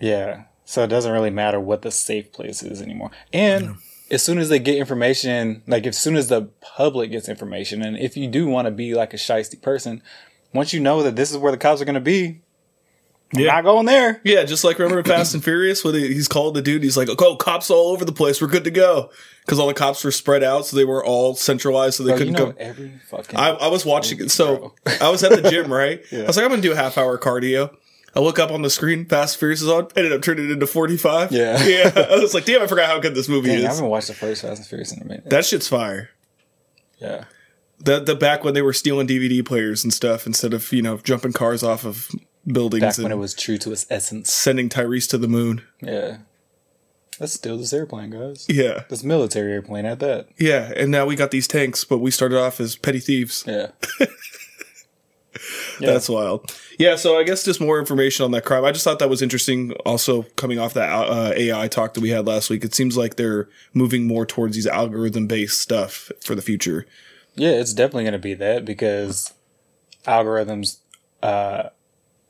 A: Yeah. So it doesn't really matter what the safe place is anymore. And as soon as they get information, like as soon as the public gets information, and if you do want to be like a shisty person, once you know that this is where the cops are going to be, you're
C: Yeah.
A: not going there.
C: Yeah, just like remember in Fast and Furious when he- he's called the dude, he's like, "Oh, cops all over the place. We're good to go." Because all the cops were spread out, so they were all centralized, so they
A: Bro, you
C: couldn't
A: know
C: go.
A: every fucking.
C: I, I was watching it, so I was at
A: *laughs*
C: the gym, right? I was like, "I'm gonna do a half hour cardio." I look up on the screen, Fast and Furious is on. Ended up turning it into 45.
A: Yeah.
C: *laughs* yeah. I was like, "Damn, I forgot how good this movie
A: Dang, I
C: is."
A: haven't watched the first Fast and Furious in a minute.
C: That shit's fire.
A: yeah.
C: The the back when they were stealing DVD players and stuff instead of you know jumping cars off of buildings
A: Back
C: and
A: when it was true to its essence.
C: sending Tyrese to the moon.
A: Yeah. Let's steal this airplane, guys.
C: Yeah.
A: This military airplane at that.
C: Yeah, and now we got these tanks, but we started off as petty thieves.
A: Yeah.
C: That's wild. Yeah, so I guess just more information on that crime. I just thought that was interesting. Also, coming off that uh, AI talk that we had last week, it seems like they're moving more towards these algorithm based stuff for the future.
A: Yeah, it's definitely going to be that because algorithms, uh,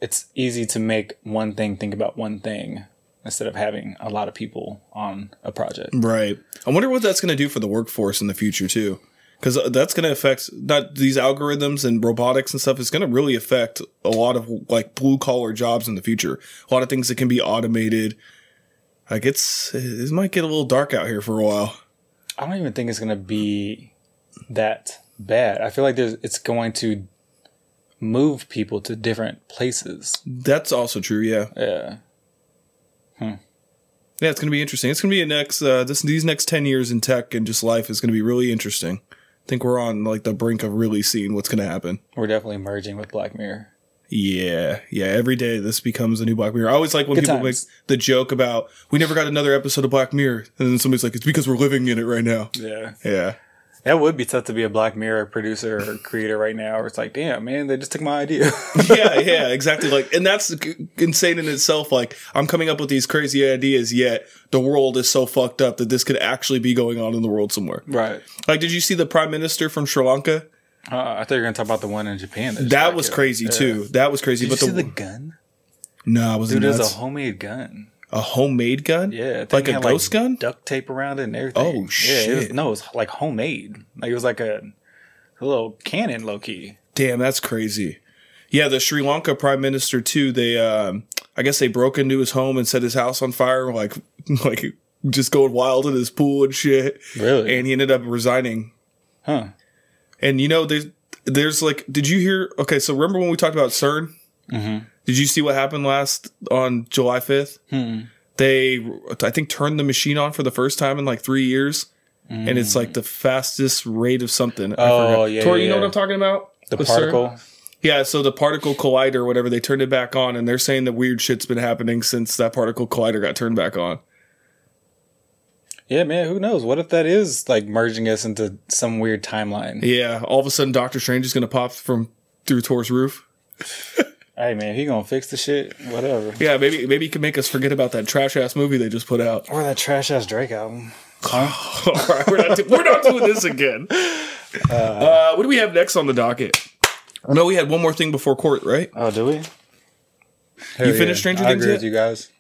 A: it's easy to make one thing think about one thing instead of having a lot of people on a project.
C: Right. I wonder what that's going to do for the workforce in the future too, because that's going to affect not these algorithms and robotics and stuff. It's going to really affect a lot of like blue collar jobs in the future. A lot of things that can be automated. Like it's it might get a little dark out here for a while.
A: I don't even think it's going to be that bad. I feel like there's, it's going to move people to different places.
C: That's also true. Yeah.
A: Yeah.
C: Yeah, it's going to be interesting. It's going to be a next uh, this these next ten years in tech and just life is going to be really interesting. I think we're on like the brink of really seeing what's going to happen.
A: We're definitely merging with Black Mirror.
C: Yeah, yeah. Every day this becomes a new Black Mirror. I always like when
A: Good
C: people
A: times.
C: make the joke about we never got another episode of Black Mirror, and then somebody's like, "It's because we're living in it right now."
A: Yeah.
C: Yeah,
A: That would be tough to be a Black Mirror producer or creator right now. Where it's like, damn, man, they just took my idea.
C: *laughs*
A: *laughs*
C: yeah, yeah, exactly. Like, and that's g- insane in itself. Like, I'm coming up with these crazy ideas, yet the world is so fucked up that this could actually be going on in the world somewhere.
A: right.
C: Like, did you see the prime minister from Sri Lanka?
A: Uh, I thought you were gonna talk about the one in Japan. just
C: That
A: got
C: was
A: killed.
C: crazy
A: Yeah.
C: too. That was crazy.
A: Did
C: but
A: you
C: the,
A: see the gun?
C: no, I was
A: Dude, it was
C: nuts.
A: a
C: a,
A: homemade gun.
C: homemade gun.
A: Yeah, it
C: like a
A: had,
C: ghost gun.
A: duct tape around it and everything.
C: Oh,
A: Yeah, it was,
C: shit.
A: no, it was like homemade. Like it was like a, a little cannon, low key.
C: Damn, that's crazy. Yeah, the Sri Lanka prime minister too. They, um, I guess, they broke into his home and set his house on fire. Like, *laughs* like just going wild in his pool and shit.
A: Really?
C: And he ended up resigning.
A: huh?
C: And you know, there's there's like, did you hear? Okay, so remember when we talked about CERN?
A: Mm-hmm.
C: Did you see what happened last on July 5th
A: Mm-hmm.
C: They, I think, turned the machine on for the first time in like three years, and it's like the fastest rate of something. I
A: Mm. Oh, yeah,
C: Tori,
A: yeah,
C: you know
A: yeah.
C: what I'm talking about?
A: The
C: With CERN?
A: particle.
C: Yeah, so the particle collider, or whatever, they turned it back on, and they're saying that weird shit's been happening since that particle collider got turned back on.
A: Yeah, man. Who knows? What if that is like merging us into some weird timeline?
C: Yeah, all of a sudden, Doctor Strange is gonna pop from through Tor's roof.
A: Hey, man, he gonna fix the shit. Whatever.
C: Yeah, maybe maybe he can make us forget about that trash ass movie they just put out. *laughs*
A: Or that trash ass Drake album.
C: All right, we're not, do- we're not doing this again. Uh, what do we have next on the docket? No, we had one more thing before court, right?
A: Oh, do we?
C: finished Stranger
A: I
C: Things
A: agree
C: yet?
A: with you guys.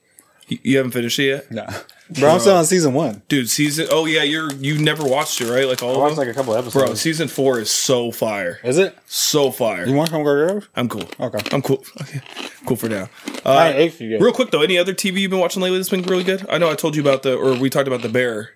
C: You, you haven't finished it yet,
A: No, bro, I'm still on season one.
C: dude. Season. Oh yeah, you're you never watched it, right? Like
A: I
C: all of
A: watched
C: them.
A: like a couple episodes.
C: Bro, season four is so fire,
A: is it?
C: so
A: You
C: fire.
A: want to come go girl?
C: I'm cool.
A: Okay.
C: I'm cool. *laughs* Okay. Cool for now.
A: I
C: Uh,
A: ain't ate for you.
C: real quick though, any other TV you've been watching lately that's been really good? I know I told you about the, or we talked about the Bear.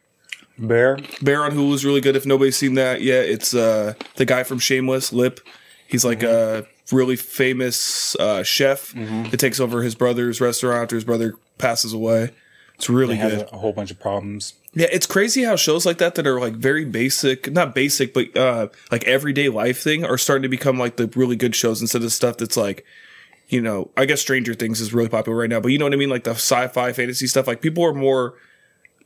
A: Bear.
C: Bear on Hulu is really good. If nobody's seen that yet, it's uh, the guy from Shameless, Lip. He's like a really famous uh, chef that takes over his brother's restaurant after his brother passes away. It's really
A: It has
C: good.
A: a whole bunch of problems.
C: Yeah, it's crazy how shows like that that are like very basic, not basic, but uh, like everyday life thing are starting to become like the really good shows instead of stuff that's like, you know, I guess Stranger Things is really popular right now, but you know what I mean? Like the sci fi fantasy stuff, like people are more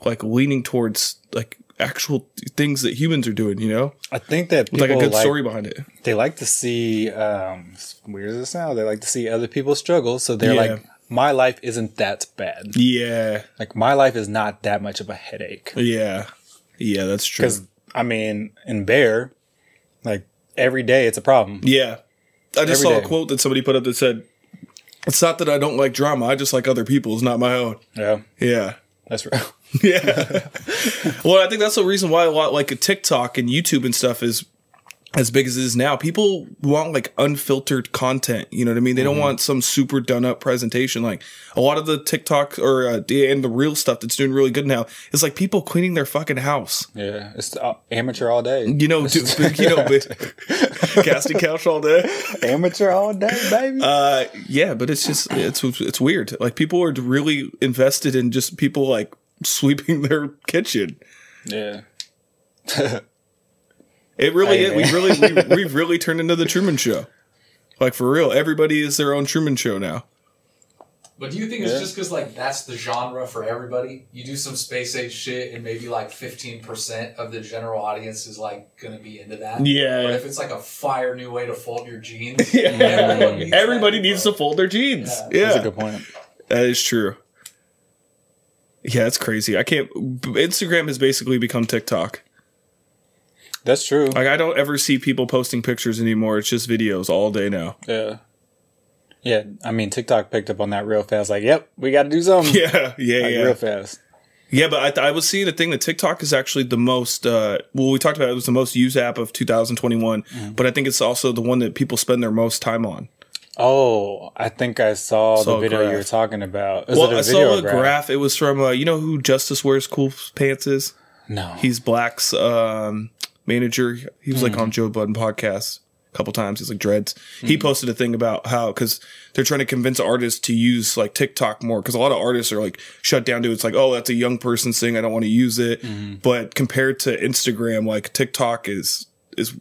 C: like leaning towards like actual things that humans are doing, you know?
A: I think that
C: With
A: people
C: like a good
A: like-
C: story behind it.
A: They like to see. Um, as weird as it sounds, they like to see other people struggle. So they're
C: Yeah.
A: like, my life isn't that bad.
C: Yeah.
A: Like my life is not that much of a headache.
C: Yeah. Yeah, that's true.
A: Because I mean, in Bear, like every day it's a problem.
C: Yeah. I just
A: Every
C: saw a
A: day.
C: quote that somebody put up that said, It's not that I don't like drama, I just like other people's, not my own.
A: Yeah,
C: Yeah.
A: that's right.
C: Yeah. *laughs* well, I think that's the reason why a lot like TikTok and YouTube and stuff is as big as it is now. People want like unfiltered content. You know what I mean? They don't want some super done up presentation. Like a lot of the TikTok or uh, the- and the real stuff that's doing really good now is like people cleaning their fucking house.
A: *laughs* Yeah, it's uh, amateur all day.
C: You know, do, *laughs* you know, but- *laughs* casting couch all day.
A: amateur all day, baby.
C: Uh, yeah, but it's just it's it's weird. Like people are really invested in just people like sweeping *laughs* their kitchen.
A: *laughs* yeah.
C: It really,
A: Hey,
C: it, we
A: man.
C: really,
A: *laughs*
C: we, we've really turned into the Truman Show. Like for real, everybody is their own Truman Show now.
F: But do you think it's
A: Yeah.
F: just because like that's the genre for everybody? You do some space age shit, and maybe like fifteen percent of the general audience is like gonna be into that.
C: Yeah.
F: But if it's like a fire new way to fold
C: *laughs*
F: your jeans, everyone needs
C: Everybody,
F: that,
C: needs
F: bro.
C: to fold their jeans.
F: Yeah.
C: Yeah,
A: That's a good point.
C: that is true. Yeah, it's crazy. I can't. Instagram has basically become TikTok.
A: That's true.
C: Like I don't ever see people posting pictures anymore. It's just videos all day now. *laughs*
A: Yeah. Yeah, I mean TikTok picked up on that real fast. Like, yep, we got to do something.
C: Yeah, yeah,
A: like,
C: yeah.
A: real fast.
C: Yeah, but I, th- I was seeing a thing that TikTok is actually the most. Uh, well, we talked about it was the most used app of 2021,
A: Mm-hmm.
C: but I think it's also the one that people spend their most time on.
A: Oh, I think I saw
C: Saw a
A: the video you were
C: graph.
A: talking about. Is
C: well,
A: it a
C: I
A: video
C: saw a graph. It was from uh, you know who Justice wears cool pants is.
A: No,
C: He's Black's um, manager. He was like
A: Hmm.
C: on Joe Budden podcast a couple times. He's like dreads. He posted a thing about how because they're trying to convince artists to use like TikTok more because a lot of artists are like shut down to it's like oh that's a young person's thing. I don't want to use it.
A: Mm-hmm.
C: But compared to Instagram, like TikTok is is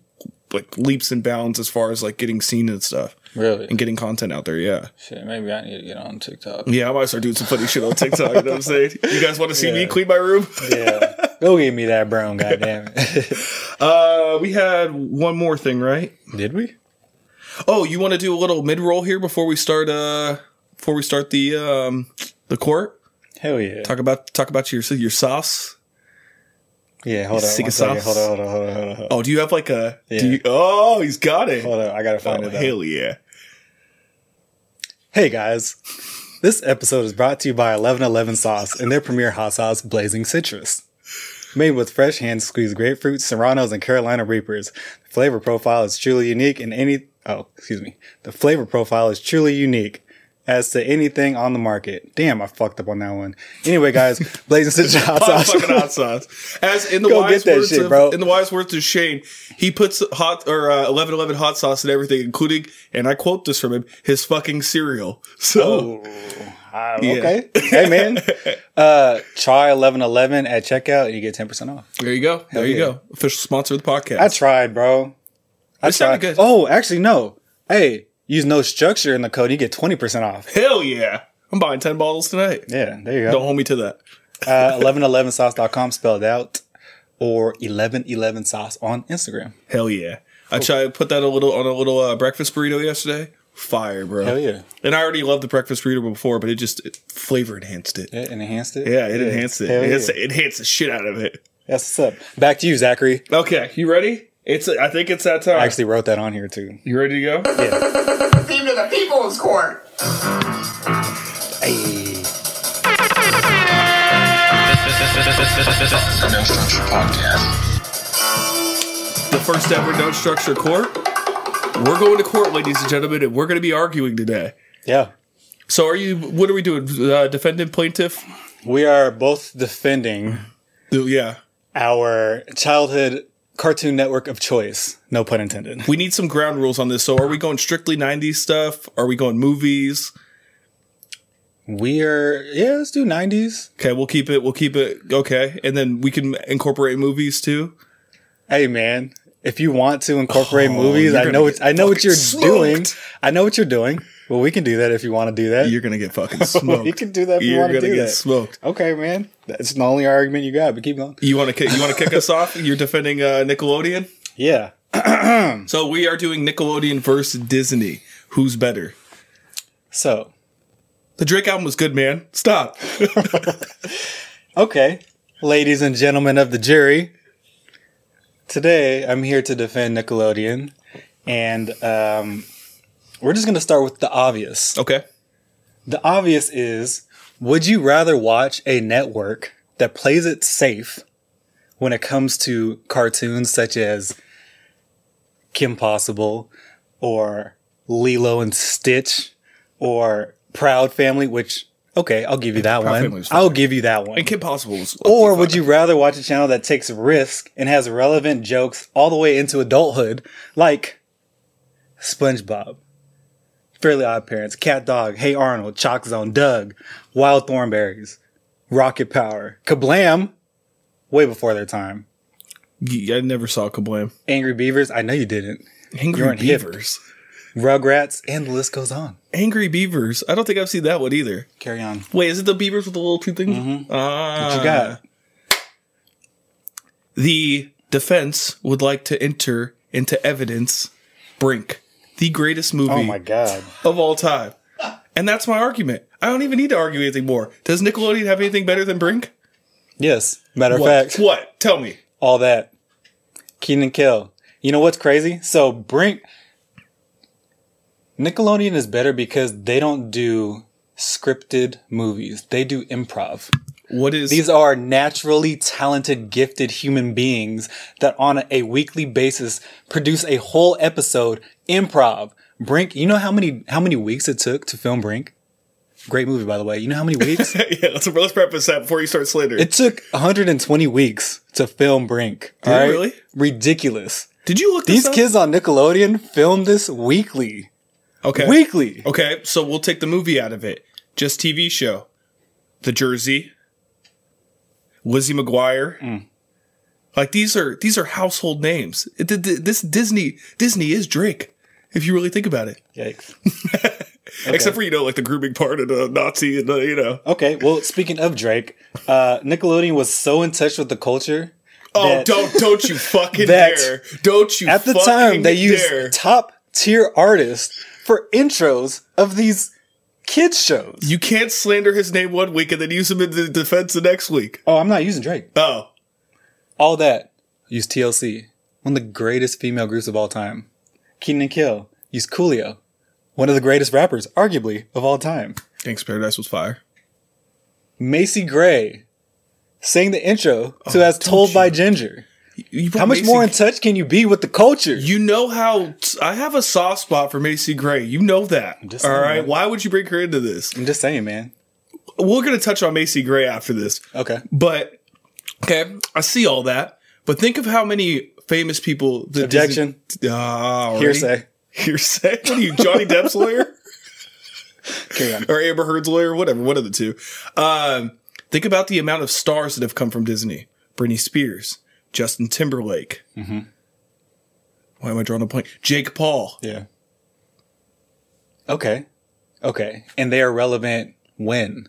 C: like leaps and bounds as far as like getting seen and stuff
A: really.
C: *laughs* and getting content out there. Yeah.
A: Shit, maybe I need to get on
C: *laughs*
A: TikTok.
C: Yeah, I might start doing some funny shit on TikTok. You know what
A: *laughs*
C: I'm saying? You guys want to see me clean my room?
A: Yeah, go get me that brown, goddamn it.
C: Uh, we had one more thing, right?
A: Did we?
C: Oh, you want to do a little mid roll here before we start? Uh, before we start the um the court,
A: Hell yeah.
C: talk about talk about your your sauce.
A: yeah, hold on.
C: Sick
A: one
C: of
A: second.
C: sauce.
A: Hold on, hold on, hold on, hold on, hold on.
C: Oh, do you have like a? Do
A: Yeah.
C: you, oh, he's got it.
A: Hold on, I gotta find
C: Oh,
A: it. out.
C: hell yeah!
A: Hey guys, this episode is brought to you by 1111 Sauce and their premier hot sauce, Blazing Citrus. Made with fresh hand squeezed grapefruit, serranos, and Carolina Reapers, the flavor profile is truly unique in any. Oh, excuse me. The flavor profile is truly unique as to anything on the market. Damn, I fucked up on that one. Anyway, guys, Blazing Citrus hot
C: Hot
A: sauce.
C: fucking hot sauce. As in the
A: Go
C: wise
A: get that
C: words
A: shit,
C: of,
A: bro.
C: in the wise words of Shane, he puts hot or uh, eleven eleven hot sauce and everything, including, and I quote this from him, his fucking cereal.
A: Oh,
C: So
A: Ah, *laughs*
C: Yeah.
A: Okay. Hey man, uh, try 1111 at checkout and you get 10% off.
C: there you go. There you
A: yeah.
C: go. Official sponsor of the podcast.
A: I tried, bro. I
C: It
A: tried.
C: sounded good.
A: Oh, actually, no. Hey, use no structure in the code. You get twenty percent off.
C: Hell yeah! I'm buying ten bottles tonight.
A: Yeah, there you
C: Don't
A: go.
C: hold me to that.
A: Uh, eleven eleven sauce.com spelled out, or eleven eleven sauce on Instagram.
C: Hell yeah! I tried put that a little on a little uh, breakfast burrito yesterday. Fire, bro.
A: Hell yeah!
C: And I already loved the breakfast burrito before, but it just it flavor enhanced it.
A: It enhanced it.
C: Yeah, it enhanced it.
A: Hell
C: It enhanced,
A: yeah.
C: it enhanced the shit out of it.
A: That's what's up. Back to you, Zachary.
C: Okay, you ready? It's I think it's that time.
A: I actually wrote that on here too.
C: you ready to go?
E: theme to the People's Court.
B: This is a No Structure Podcast.
C: The first ever no structure court. We're going to court, ladies and gentlemen, and we're going to be arguing today.
A: Yeah,
C: So, are you? What are we doing? Uh, defendant, plaintiff?
A: we are both defending
C: Uh, Yeah,
A: our childhood cartoon network of choice. No pun intended.
C: we need some ground rules on this. So, are we going strictly '90s stuff? Are we going movies?
A: We are yeah. Let's do nineties.
C: Okay, we'll keep it. We'll keep it. Okay, and then we can incorporate movies too.
A: Hey man, if you want to incorporate movies,
C: Oh, you're
A: I
C: gonna
A: know
C: get
A: what I know what
C: fucking
A: you're
C: smoked.
A: doing. I know what you're doing. Well, we can do that if you want to do that. *laughs*
C: You're gonna get *laughs* fucking smoked.
A: You can do that if you
C: You're
A: wanna
C: gonna
A: do
C: get
A: that.
C: smoked.
A: okay, man. That's the only argument you got, but keep going.
C: You want to you want to kick us off? You're defending uh, Nickelodeon.
A: Yeah.
C: So we are doing Nickelodeon versus Disney. Who's better?
A: So,
C: The Drake album was good, man. Stop.
A: okay, ladies and gentlemen of the jury, today I'm here to defend Nickelodeon, and um, we're just gonna start with the obvious.
C: Okay.
A: The obvious is would you rather watch a network that plays it safe when it comes to cartoons such as Kim Possible or Lilo and Stitch or Proud Family, which, okay, I'll give you that
C: Proud
A: one.
C: Family's fine.
A: I'll give you that one.
C: And Kim Possible was.
A: Or would you rather watch a channel that takes risk and has relevant jokes all the way into adulthood, like SpongeBob, Fairly Odd Parents, Cat Dog, Hey Arnold, Chalk Zone, Doug, Wild Thornberries, Rocket Power, Kablam, way before their time,
C: Yeah, I never saw Kablam.
A: Angry Beavers, I know you didn't,
C: Angry
A: You're an hip.
C: Beavers.
A: Rugrats, and the list goes on.
C: Angry Beavers. I don't think I've seen that one either.
A: Carry on.
C: Wait, is it the Beavers with the little two things? Ah.
A: What you got?
C: The defense would like to enter into evidence Brink, the greatest movie
A: Oh my God.
C: of all time. And that's my argument. I don't even need to argue anything more. Does Nickelodeon have anything better than Brink?
A: Yes. Matter of
C: What?
A: fact.
C: What? Tell me.
A: all that. Keenan Kill. You know what's crazy? So Brink Nickelodeon is better because they don't do scripted movies. They do improv.
C: What is
A: These are naturally talented, gifted human beings that on a weekly basis produce a whole episode improv. Brink, you know how many how many weeks it took to film Brink? Great movie by the way. You know how many
C: *laughs*
A: weeks?
C: *laughs* yeah, let's, let's preface that before you start slandering.
A: it took 120 weeks to film Brink.
C: it
A: alright?
C: really?
A: Ridiculous.
C: Did you look
A: These
C: this up?
A: kids on Nickelodeon film this weekly.
C: Okay.
A: Weekly.
C: Okay, so we'll take the movie out of it. Just TV show. The Jersey. Lizzie McGuire.
A: Mm.
C: Like these are these are household names. It, did- did- this Disney Disney is Drake. If you really think about it,
A: Yikes.
C: except for you know like the grooming part and the Nazi and the you know
A: Okay, well, speaking of Drake, uh, Nickelodeon was so in touch with the culture
C: Oh,
A: that-
C: don't don't you
A: *laughs*
C: fucking
A: that-
C: dare! Don't you
A: At the
C: fucking
A: time, they used
C: dare.
A: top tier artists for intros of these kids shows.
C: you can't slander his name one week and then use him in the defense the next week.
A: Oh, I'm not using Drake.
C: Oh,
A: All that. Use TLC. One of the greatest female groups of all time. Keenan and Kill. Use Coolio. One of the greatest rappers, arguably, of all time.
C: Thanks Paradise was fire.
A: Macy Gray. Sang the intro to
C: Oh,
A: As
C: don't
A: Told by
C: you-
A: Ginger.
C: You put
A: How much
C: Macy-
A: more in touch can you be with the culture?
C: you know how I have a soft spot for Macy Gray. You know that.
A: just
C: All
A: saying,
C: right.
A: man.
C: Why would you bring her into this?
A: I'm just saying, man.
C: We're gonna touch on Macy Gray after this.
A: Okay.
C: But okay, I see all that. But think of how many famous people the
A: Objection.
C: Disney- Ah, already?
A: Hearsay.
C: Hearsay. What are you, Johnny
A: *laughs*
C: Depp's lawyer
A: Carry on.
C: or Amber Heard's lawyer, whatever, one of the two. Um, think about the amount of stars that have come from Disney: Britney Spears, Justin Timberlake.
A: Mm-hmm.
C: Why am I drawing a blank? Jake Paul.
A: Yeah. Okay. Okay. And they are relevant when?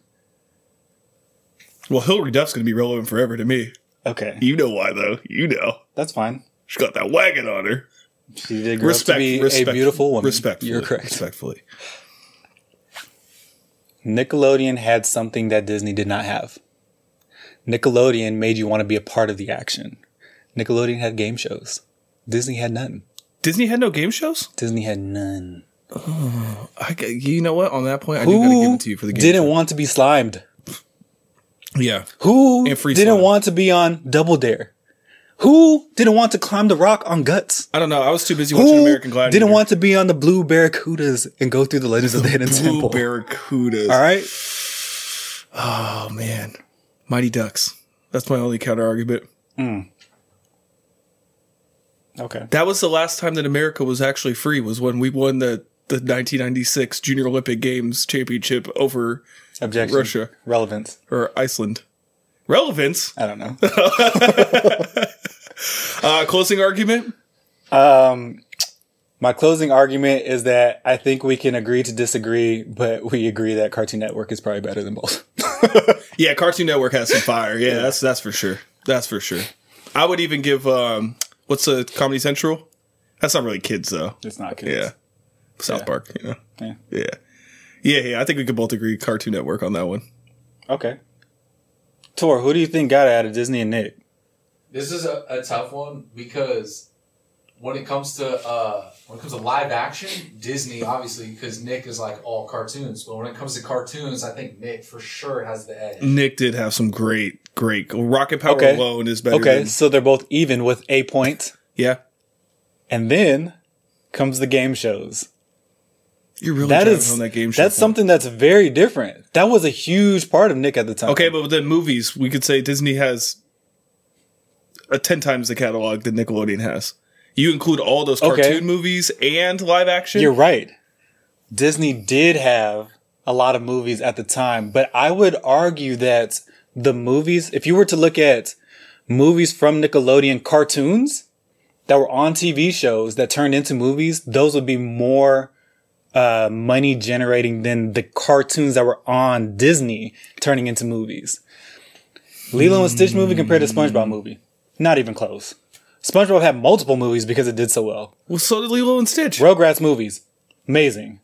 C: Well, Hillary Duff's going to be relevant forever to me.
A: Okay.
C: You know why, though. You know.
A: That's fine.
C: She's got that wagon on her.
A: She did grow
C: Respect,
A: up to be
C: respect,
A: a beautiful woman.
C: Respectfully.
A: You're correct.
C: Respectfully.
A: Nickelodeon had something that Disney did not have. Nickelodeon made you want to be a part of the action. Nickelodeon had game shows. Disney had none.
C: Disney had no game shows?
A: Disney had none.
C: I, g- you know what? On that point, I do got to give
A: Who
C: it to you for the game
A: didn't
C: show.
A: want to be slimed?
C: Yeah.
A: Who
C: And free
A: didn't
C: slime.
A: want to be on Double Dare? Who didn't want to climb the rock on Guts?
C: I don't know. I was too busy watching
A: Who
C: American Gladiator.
A: didn't want to be on the Blue Barracudas and go through the Legends of the Hidden
C: Blue
A: Temple?
C: Barracudas.
A: All right.
C: Oh, man. Mighty Ducks. That's my only counter argument.
A: Okay.
C: That was the last time that America was actually free, was when we won the, the 1996 Junior Olympic Games championship over
A: Objection.
C: Russia.
A: Relevance.
C: or Iceland. Relevance.
A: I don't know.
C: Uh, closing argument.
A: My closing argument is that I think we can agree to disagree, but we agree that Cartoon Network is probably better than both.
C: Yeah, Cartoon Network has some fire. Yeah, that's that's for sure. That's for sure. I would even give um, what's a Comedy Central? That's not really kids though.
A: It's not good.
C: Yeah, South Park. You know.
A: Yeah.
C: Yeah. Yeah, yeah, I think we could both agree Cartoon Network on that one.
A: Okay. Tor, who do you think got it out of Disney and Nick?
F: This is a, a tough one because when it comes to uh, when it comes to live action, Disney obviously because Nick is like all cartoons, but when it comes to cartoons, I think Nick for sure has the edge.
C: Nick did have some great, great Rocket Power
A: Okay.
C: alone is better.
A: Okay,
C: than-
A: so they're both even with a point.
C: yeah,
A: And then comes the game shows.
C: you're really
A: That
C: driving
A: is
C: on that game. show
A: That's
C: point.
A: something that's very different. That was a huge part of Nick at the time.
C: Okay, but with the movies, we could say Disney has a ten times the catalog that Nickelodeon has. You include all those
A: Okay.
C: cartoon movies and live action.
A: You're right. Disney did have a lot of movies at the time, but I would argue that the movies, if you were to look at movies from Nickelodeon cartoons that were on TV shows that turned into movies, those would be more uh, money generating than the cartoons that were on Disney turning into movies. Lilo and Stitch movie compared to SpongeBob movie, not even close. SpongeBob had multiple movies because it did so well.
C: well, so did Lilo and
A: *laughs*
C: Stitch.
A: Rugrats movies, amazing.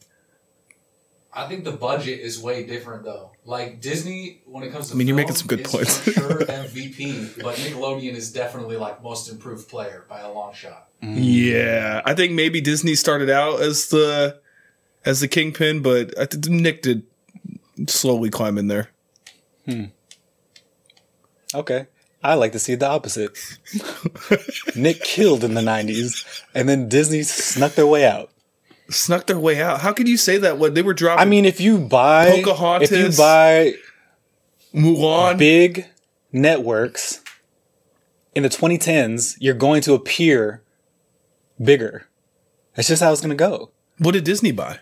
F: I think the budget is way different though. Like Disney, when it comes to, I
C: mean, you're making some good points.
F: For
C: *laughs*
F: sure, MVP, but Nickelodeon is definitely like most improved player by a long shot.
C: Yeah, I think maybe Disney started out as the as the kingpin, but I th- Nick did slowly climb in there.
A: Okay, I like to see the opposite.
C: *laughs*
A: Nick killed in the '90s, and then Disney snuck their way out.
C: Snuck their way out. How could you say that? What they were dropping?
A: I mean, if you buy
C: Pocahontas.
A: if you buy
C: Mulan.
A: big networks in the 2010s, you're going to appear bigger. That's just how it's going to go.
C: what did Disney buy?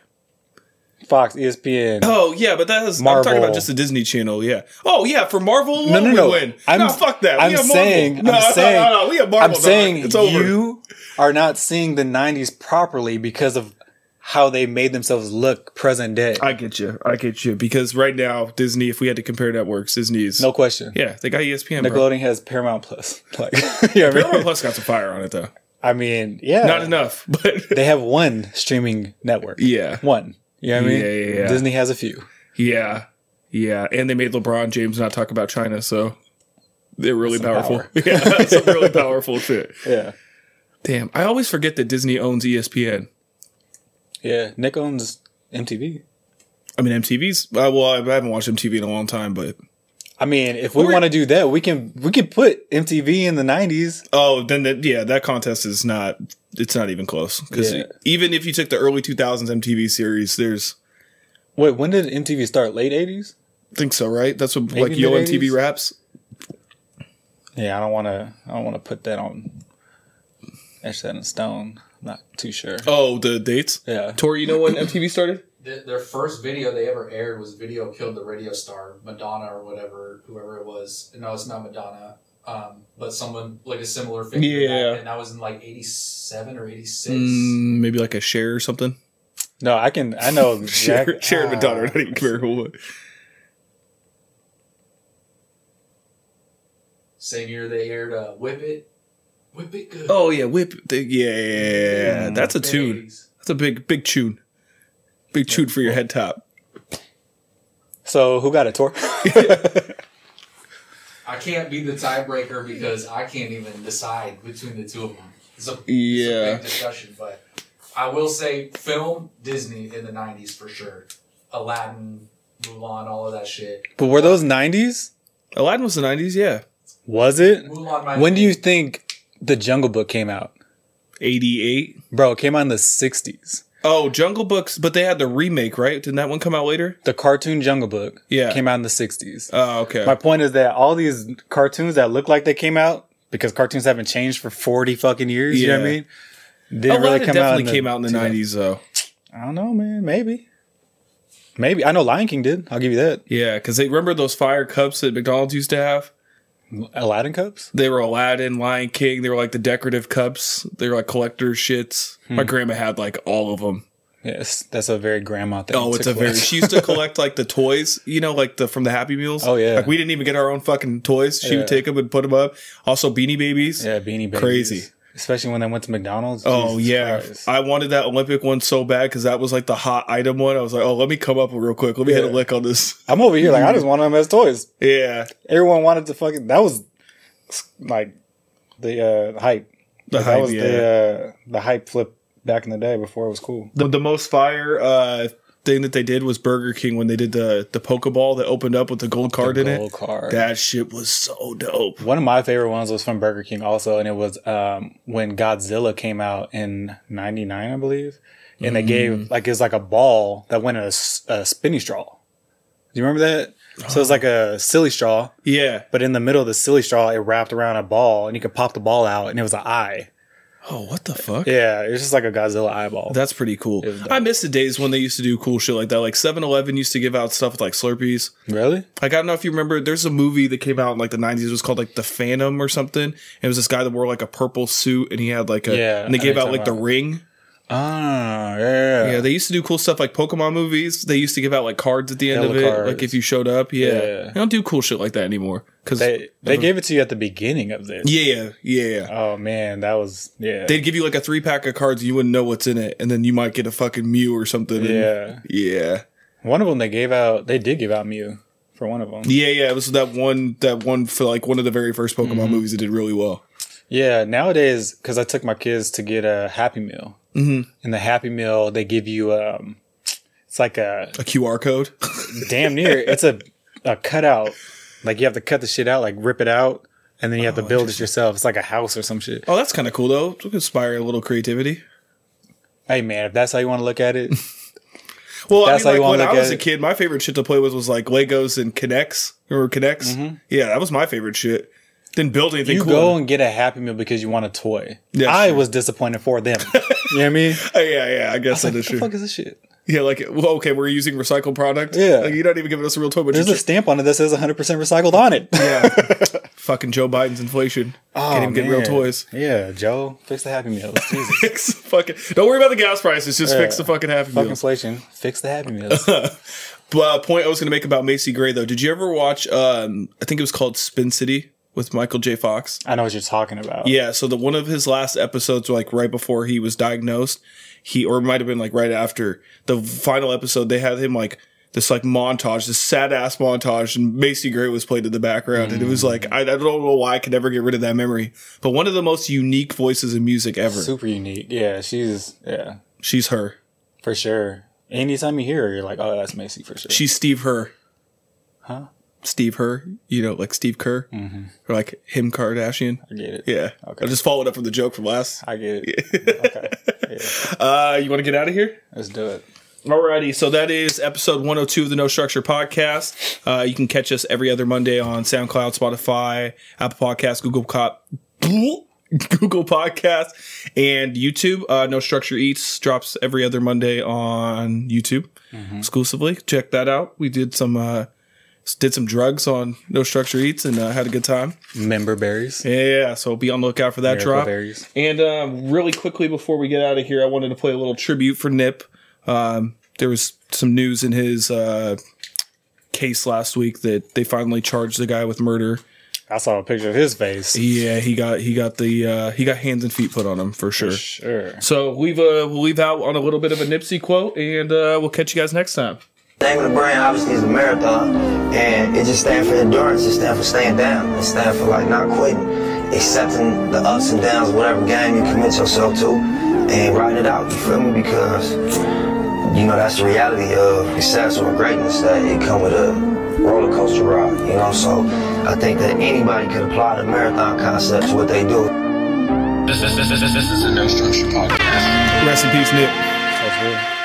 A: Fox, E ESPN.
C: Oh yeah, but that is. I'm talking
A: Marvel.
C: about just the Disney Channel. Yeah. Oh yeah, for Marvel alone,
A: No, no, no.
C: we win.
A: I'm-
C: no, fuck that.
A: I'm
C: we have
A: saying-
C: *laughs* Marvel. No,
A: I'm
C: no,
A: saying-
C: no, no, no, We have Marvel.
A: I'm saying
C: dog. it's over.
A: you are not seeing the '90s properly because of how they made themselves look present day.
C: I get you. I get you. Because right now, Disney, if we had to compare networks, Disney's.
A: no question.
C: Yeah, they got E ESPN. Bro.
A: Nickelodeon has Paramount Plus. *laughs* Like, you know what I mean?
C: Paramount Plus got some fire on it, though.
A: I mean, yeah,
C: Not enough, *laughs* but
A: They have one streaming network.
C: Yeah.
A: one. You know what I mean?
C: Yeah, yeah, yeah.
A: Disney has a few.
C: yeah. Yeah. And they made LeBron James not talk about China, so they're really powerful.
A: power.
C: *laughs* Yeah, that's some
A: *laughs*
C: really powerful shit.
A: Yeah,
C: Damn. I always forget that Disney owns E ESPN.
A: yeah. Nick owns MTV.
C: I mean, MTV's. Uh, well, I I haven't watched MTV in a long time, but.
A: I mean, if we want to do that, we can. We can put MTV in the '90s.
C: Oh, then that yeah, that contest is not. It's not even close because
A: Yeah.
C: even if you took the early 2000s MTV series, there's
A: Wait, when did MTV start? Late '80s?
C: think so, right? That's what like
A: Maybe
C: Yo
A: mid-
C: MTV
A: 80s?
C: raps.
A: Yeah, I don't want to. I don't want to put that on. Etch that in stone. I'm not too sure.
C: Oh, the dates.
A: Yeah.
C: Tori, you know when MTV started?
F: Th- their first video they ever aired was video killed the radio star Madonna or whatever whoever it was. No, it's not Madonna, um, but someone like a similar figure.
C: Yeah.
F: and that was in like '87 or '86.
C: Mm, maybe like a share or something.
A: No, I can. I
C: *laughs*
A: know.
C: Share,
A: exact-
C: share
A: ah.
C: Madonna. Not even care who. would.
F: Same year they aired uh, "Whip It," "Whip It Good."
C: Oh yeah, whip. Mm. The, yeah, yeah, that's a tune.
F: Days.
C: That's a big, big tune. Big tune for your head top.
A: So who got a tour? *laughs*
F: I can't be the tiebreaker because I can't even decide between the two of them. It's a, it's a
C: Yeah.
F: big discussion, but I will say film Disney in the '90s for sure. Aladdin, Mulan, all of that shit.
A: but were those '90s?
C: Aladdin was the '90s. Yeah,
A: Was it?
F: Mulan, my
A: When do you think the Jungle Book came out?
C: '88.
A: Bro, it came out in the 60s.
C: Oh, Jungle Books, but they had the remake, right? Didn't that one come out later?
A: The cartoon Jungle Book
C: Yeah.
A: came out in the 60s.
C: Oh, okay.
A: My point is that all these cartoons that look like they came out, because cartoons haven't changed for 40 fucking years, you know what I
C: Yeah.
A: mean? Didn't
C: Aladdin
A: really come out
C: definitely
A: in the,
C: came out in the 90s, though.
A: I don't know, man. Maybe. Maybe. I know Lion King did. I'll give you that.
C: Yeah, because they remember those fire cups that McDonald's used to have?
A: Aladdin Cups?
C: They were Aladdin, Lion King. They were like the decorative cups. They were like collector shits. My
A: Hmm.
C: grandma had like all of them.
A: Yes. That's a very grandma thing.
C: Oh,
A: to
C: it's a very.
A: collect.
C: *laughs* She used to collect like the toys, you know, like the from the Happy Meals.
A: Oh, yeah.
C: Like we didn't even get our own fucking toys. She
A: Yeah.
C: would take them and put them up. Also, Beanie
A: *laughs*
C: Babies.
A: yeah, Beanie Babies.
C: Crazy.
A: Especially when I went to McDonald's.
C: Oh
A: Jesus
C: yeah,
A: Christ.
C: I wanted that Olympic one so bad because that was like the hot item one. I was like, oh, let me come up real quick. Let me hit
A: Yeah.
C: a lick on this. *laughs*
A: I'm over here like, I just want them as toys.
C: Yeah,
A: everyone wanted to fucking that was like the uh hype
C: the
A: Like,
C: hype.
A: that was
C: yeah.
A: the uh the hype flip back in the day before it was cool
C: the, the most fire uh, thing that they did was Burger King when they did the the Pokeball that opened up with the gold card in
A: gold
C: it.
A: card.
C: That shit was so dope.
A: one of my favorite ones was from burger king also and it was um when godzilla came out in 99 i believe and they gave like it's like a ball that went in a, s- a spinny straw do you remember that so it's like a silly straw
C: Yeah.
A: but in the middle of the silly straw it wrapped around a ball and you could pop the ball out and it was an eye
C: Oh, what the fuck?
A: yeah it was just like a godzilla eyeball
C: That's pretty cool.
A: It was dope.
C: I miss the days when they used to do cool shit like that. Like 7-Eleven used to give out stuff with like Slurpees.
A: really
C: Like I don't know if you remember, there's a movie that came out in like the 90s. It was called like The Phantom or something. And it was this guy that wore like a purple suit and he had like a
A: Yeah,
C: and they
A: I know
C: gave
A: you're
C: out
A: talking
C: like the
A: about.
C: ring.
A: Ah, yeah.
C: Yeah, they used to do cool stuff like Pokemon movies. They used to give out like cards at the end
A: Hella
C: of it,
A: cards.
C: like if you showed up. Yeah,
A: Yeah.
C: they don't do cool shit like that anymore. Because
A: they they gave it to you at the beginning of this.
C: yeah, yeah, yeah.
A: Oh man, that was yeah.
C: They'd give you like a three pack of cards, you wouldn't know what's in it, and then you might get a fucking Mew or something. and-
A: yeah.
C: yeah,
A: One of them they gave out. They did give out Mew for one of them.
C: yeah, yeah. It was that one, that one for like one of the very first Pokemon
A: Mm-hmm.
C: movies that did really well.
A: Yeah. Nowadays, because I took my kids to get a Happy Meal, mm-hmm. and the Happy Meal they give you um, it's like a
C: A QR code. *laughs*
A: damn *laughs* near it's a a cutout. Like you have to cut the shit out, like rip it out, and then you have to build it yourself. It's like a house or some shit.
C: oh, that's kind of cool though. It'll inspire a little creativity.
A: Hey man, if that's how you want to look at it,
C: Well,
A: That's how
C: I
A: you
C: mean, like
A: wanna
C: when I
A: look at
C: was a
A: it.
C: kid, my favorite shit to play with was like Legos and Connects. Remember Connects? Yeah, that was my favorite shit. Didn't build anything
A: Mm-hmm. you
C: cool.
A: go and get a Happy Meal because you want a toy.
C: Yeah,
A: I
C: sure. *laughs*
A: was disappointed for them. you know what I mean?
C: Oh, *laughs* yeah, yeah, I guess
A: It's like,
C: that
A: what
C: is
A: the
C: true.
A: fuck is this shit?
C: Yeah, like well, okay, we're using recycled product.
A: Yeah.
C: like, you're not even giving us a real toy. But
A: There's *laughs*
C: you're
A: a stamp on it that says 100% recycled on it.
C: fucking Joe Biden's inflation. Can't even get
A: Oh,
C: real
A: man.
C: toys. *laughs*
A: Yeah, Joe, fix the Happy Meals. Jesus.
C: Fix the fucking. Don't worry about the gas prices. Just fix
A: Yeah.
C: the fucking happy
A: Fuck
C: meal.
A: inflation. Fix the Happy Meals.
C: But, uh, point I was going to make about Macy Gray though. Did you ever watch? um I think it was called Spin City with Michael J. Fox.
A: I know what you're talking about.
C: Yeah, so the one of his last episodes, like right before he was diagnosed, he or it might have been like right after the final episode, they had him like this like montage, this sad ass montage, and Macy Gray was played in the background, and it was like I, I don't know why I could never get rid of that memory, but one of the most unique voices in music ever.
A: Super unique. Yeah, she's, yeah,
C: She's her.
A: for sure. Anytime you hear her, you're like, oh, that's Macy for sure.
C: She's Steve Her. Huh? Steve Her. You know, like Steve Kerr, or like him Kardashian.
A: I get it.
C: Yeah.
A: Okay.
C: I just followed up from the joke from last.
A: I get it. okay. Yeah.
C: Uh, you want to get out of here?
A: Let's do it.
C: Alrighty, so that is episode 102 of the No Structure Podcast. Uh, you can catch us every other Monday on SoundCloud, Spotify, Apple Podcasts, Google Cop, *laughs* Google Podcasts, and YouTube. Uh, no Structure Eats drops every other Monday on YouTube exclusively. Check that out. We did some uh, did some drugs on No Structure Eats and uh, had a good time.
A: Member berries.
C: Yeah, so be on the lookout for that
A: Miracle
C: drop.
A: berries.
C: And um, really quickly before we get out of here, I wanted to play a little tribute for Nip. Um, there was some news in his uh, case last week that they finally charged the guy with murder.
A: I saw a picture of his face.
C: Yeah, he got he got the uh, he got hands and feet put on him for sure.
A: Sure.
C: So leave uh, we'll leave out on a little bit of a Nipsey quote, and uh, we'll catch you guys next time.
G: thing with a brain obviously is a marathon, and it just stands for endurance. It stands for staying down. It stands for like not quitting, accepting the ups and downs, of whatever game you commit yourself to, and riding it out. You feel me? Because you know that's the reality of success or greatness that it come with a roller coaster ride. You know, so I think that anybody could apply the marathon concept to what they do.
B: This, this, this, this, this is a No Structure Podcast.
C: Rest in peace, Nip.
A: That's real.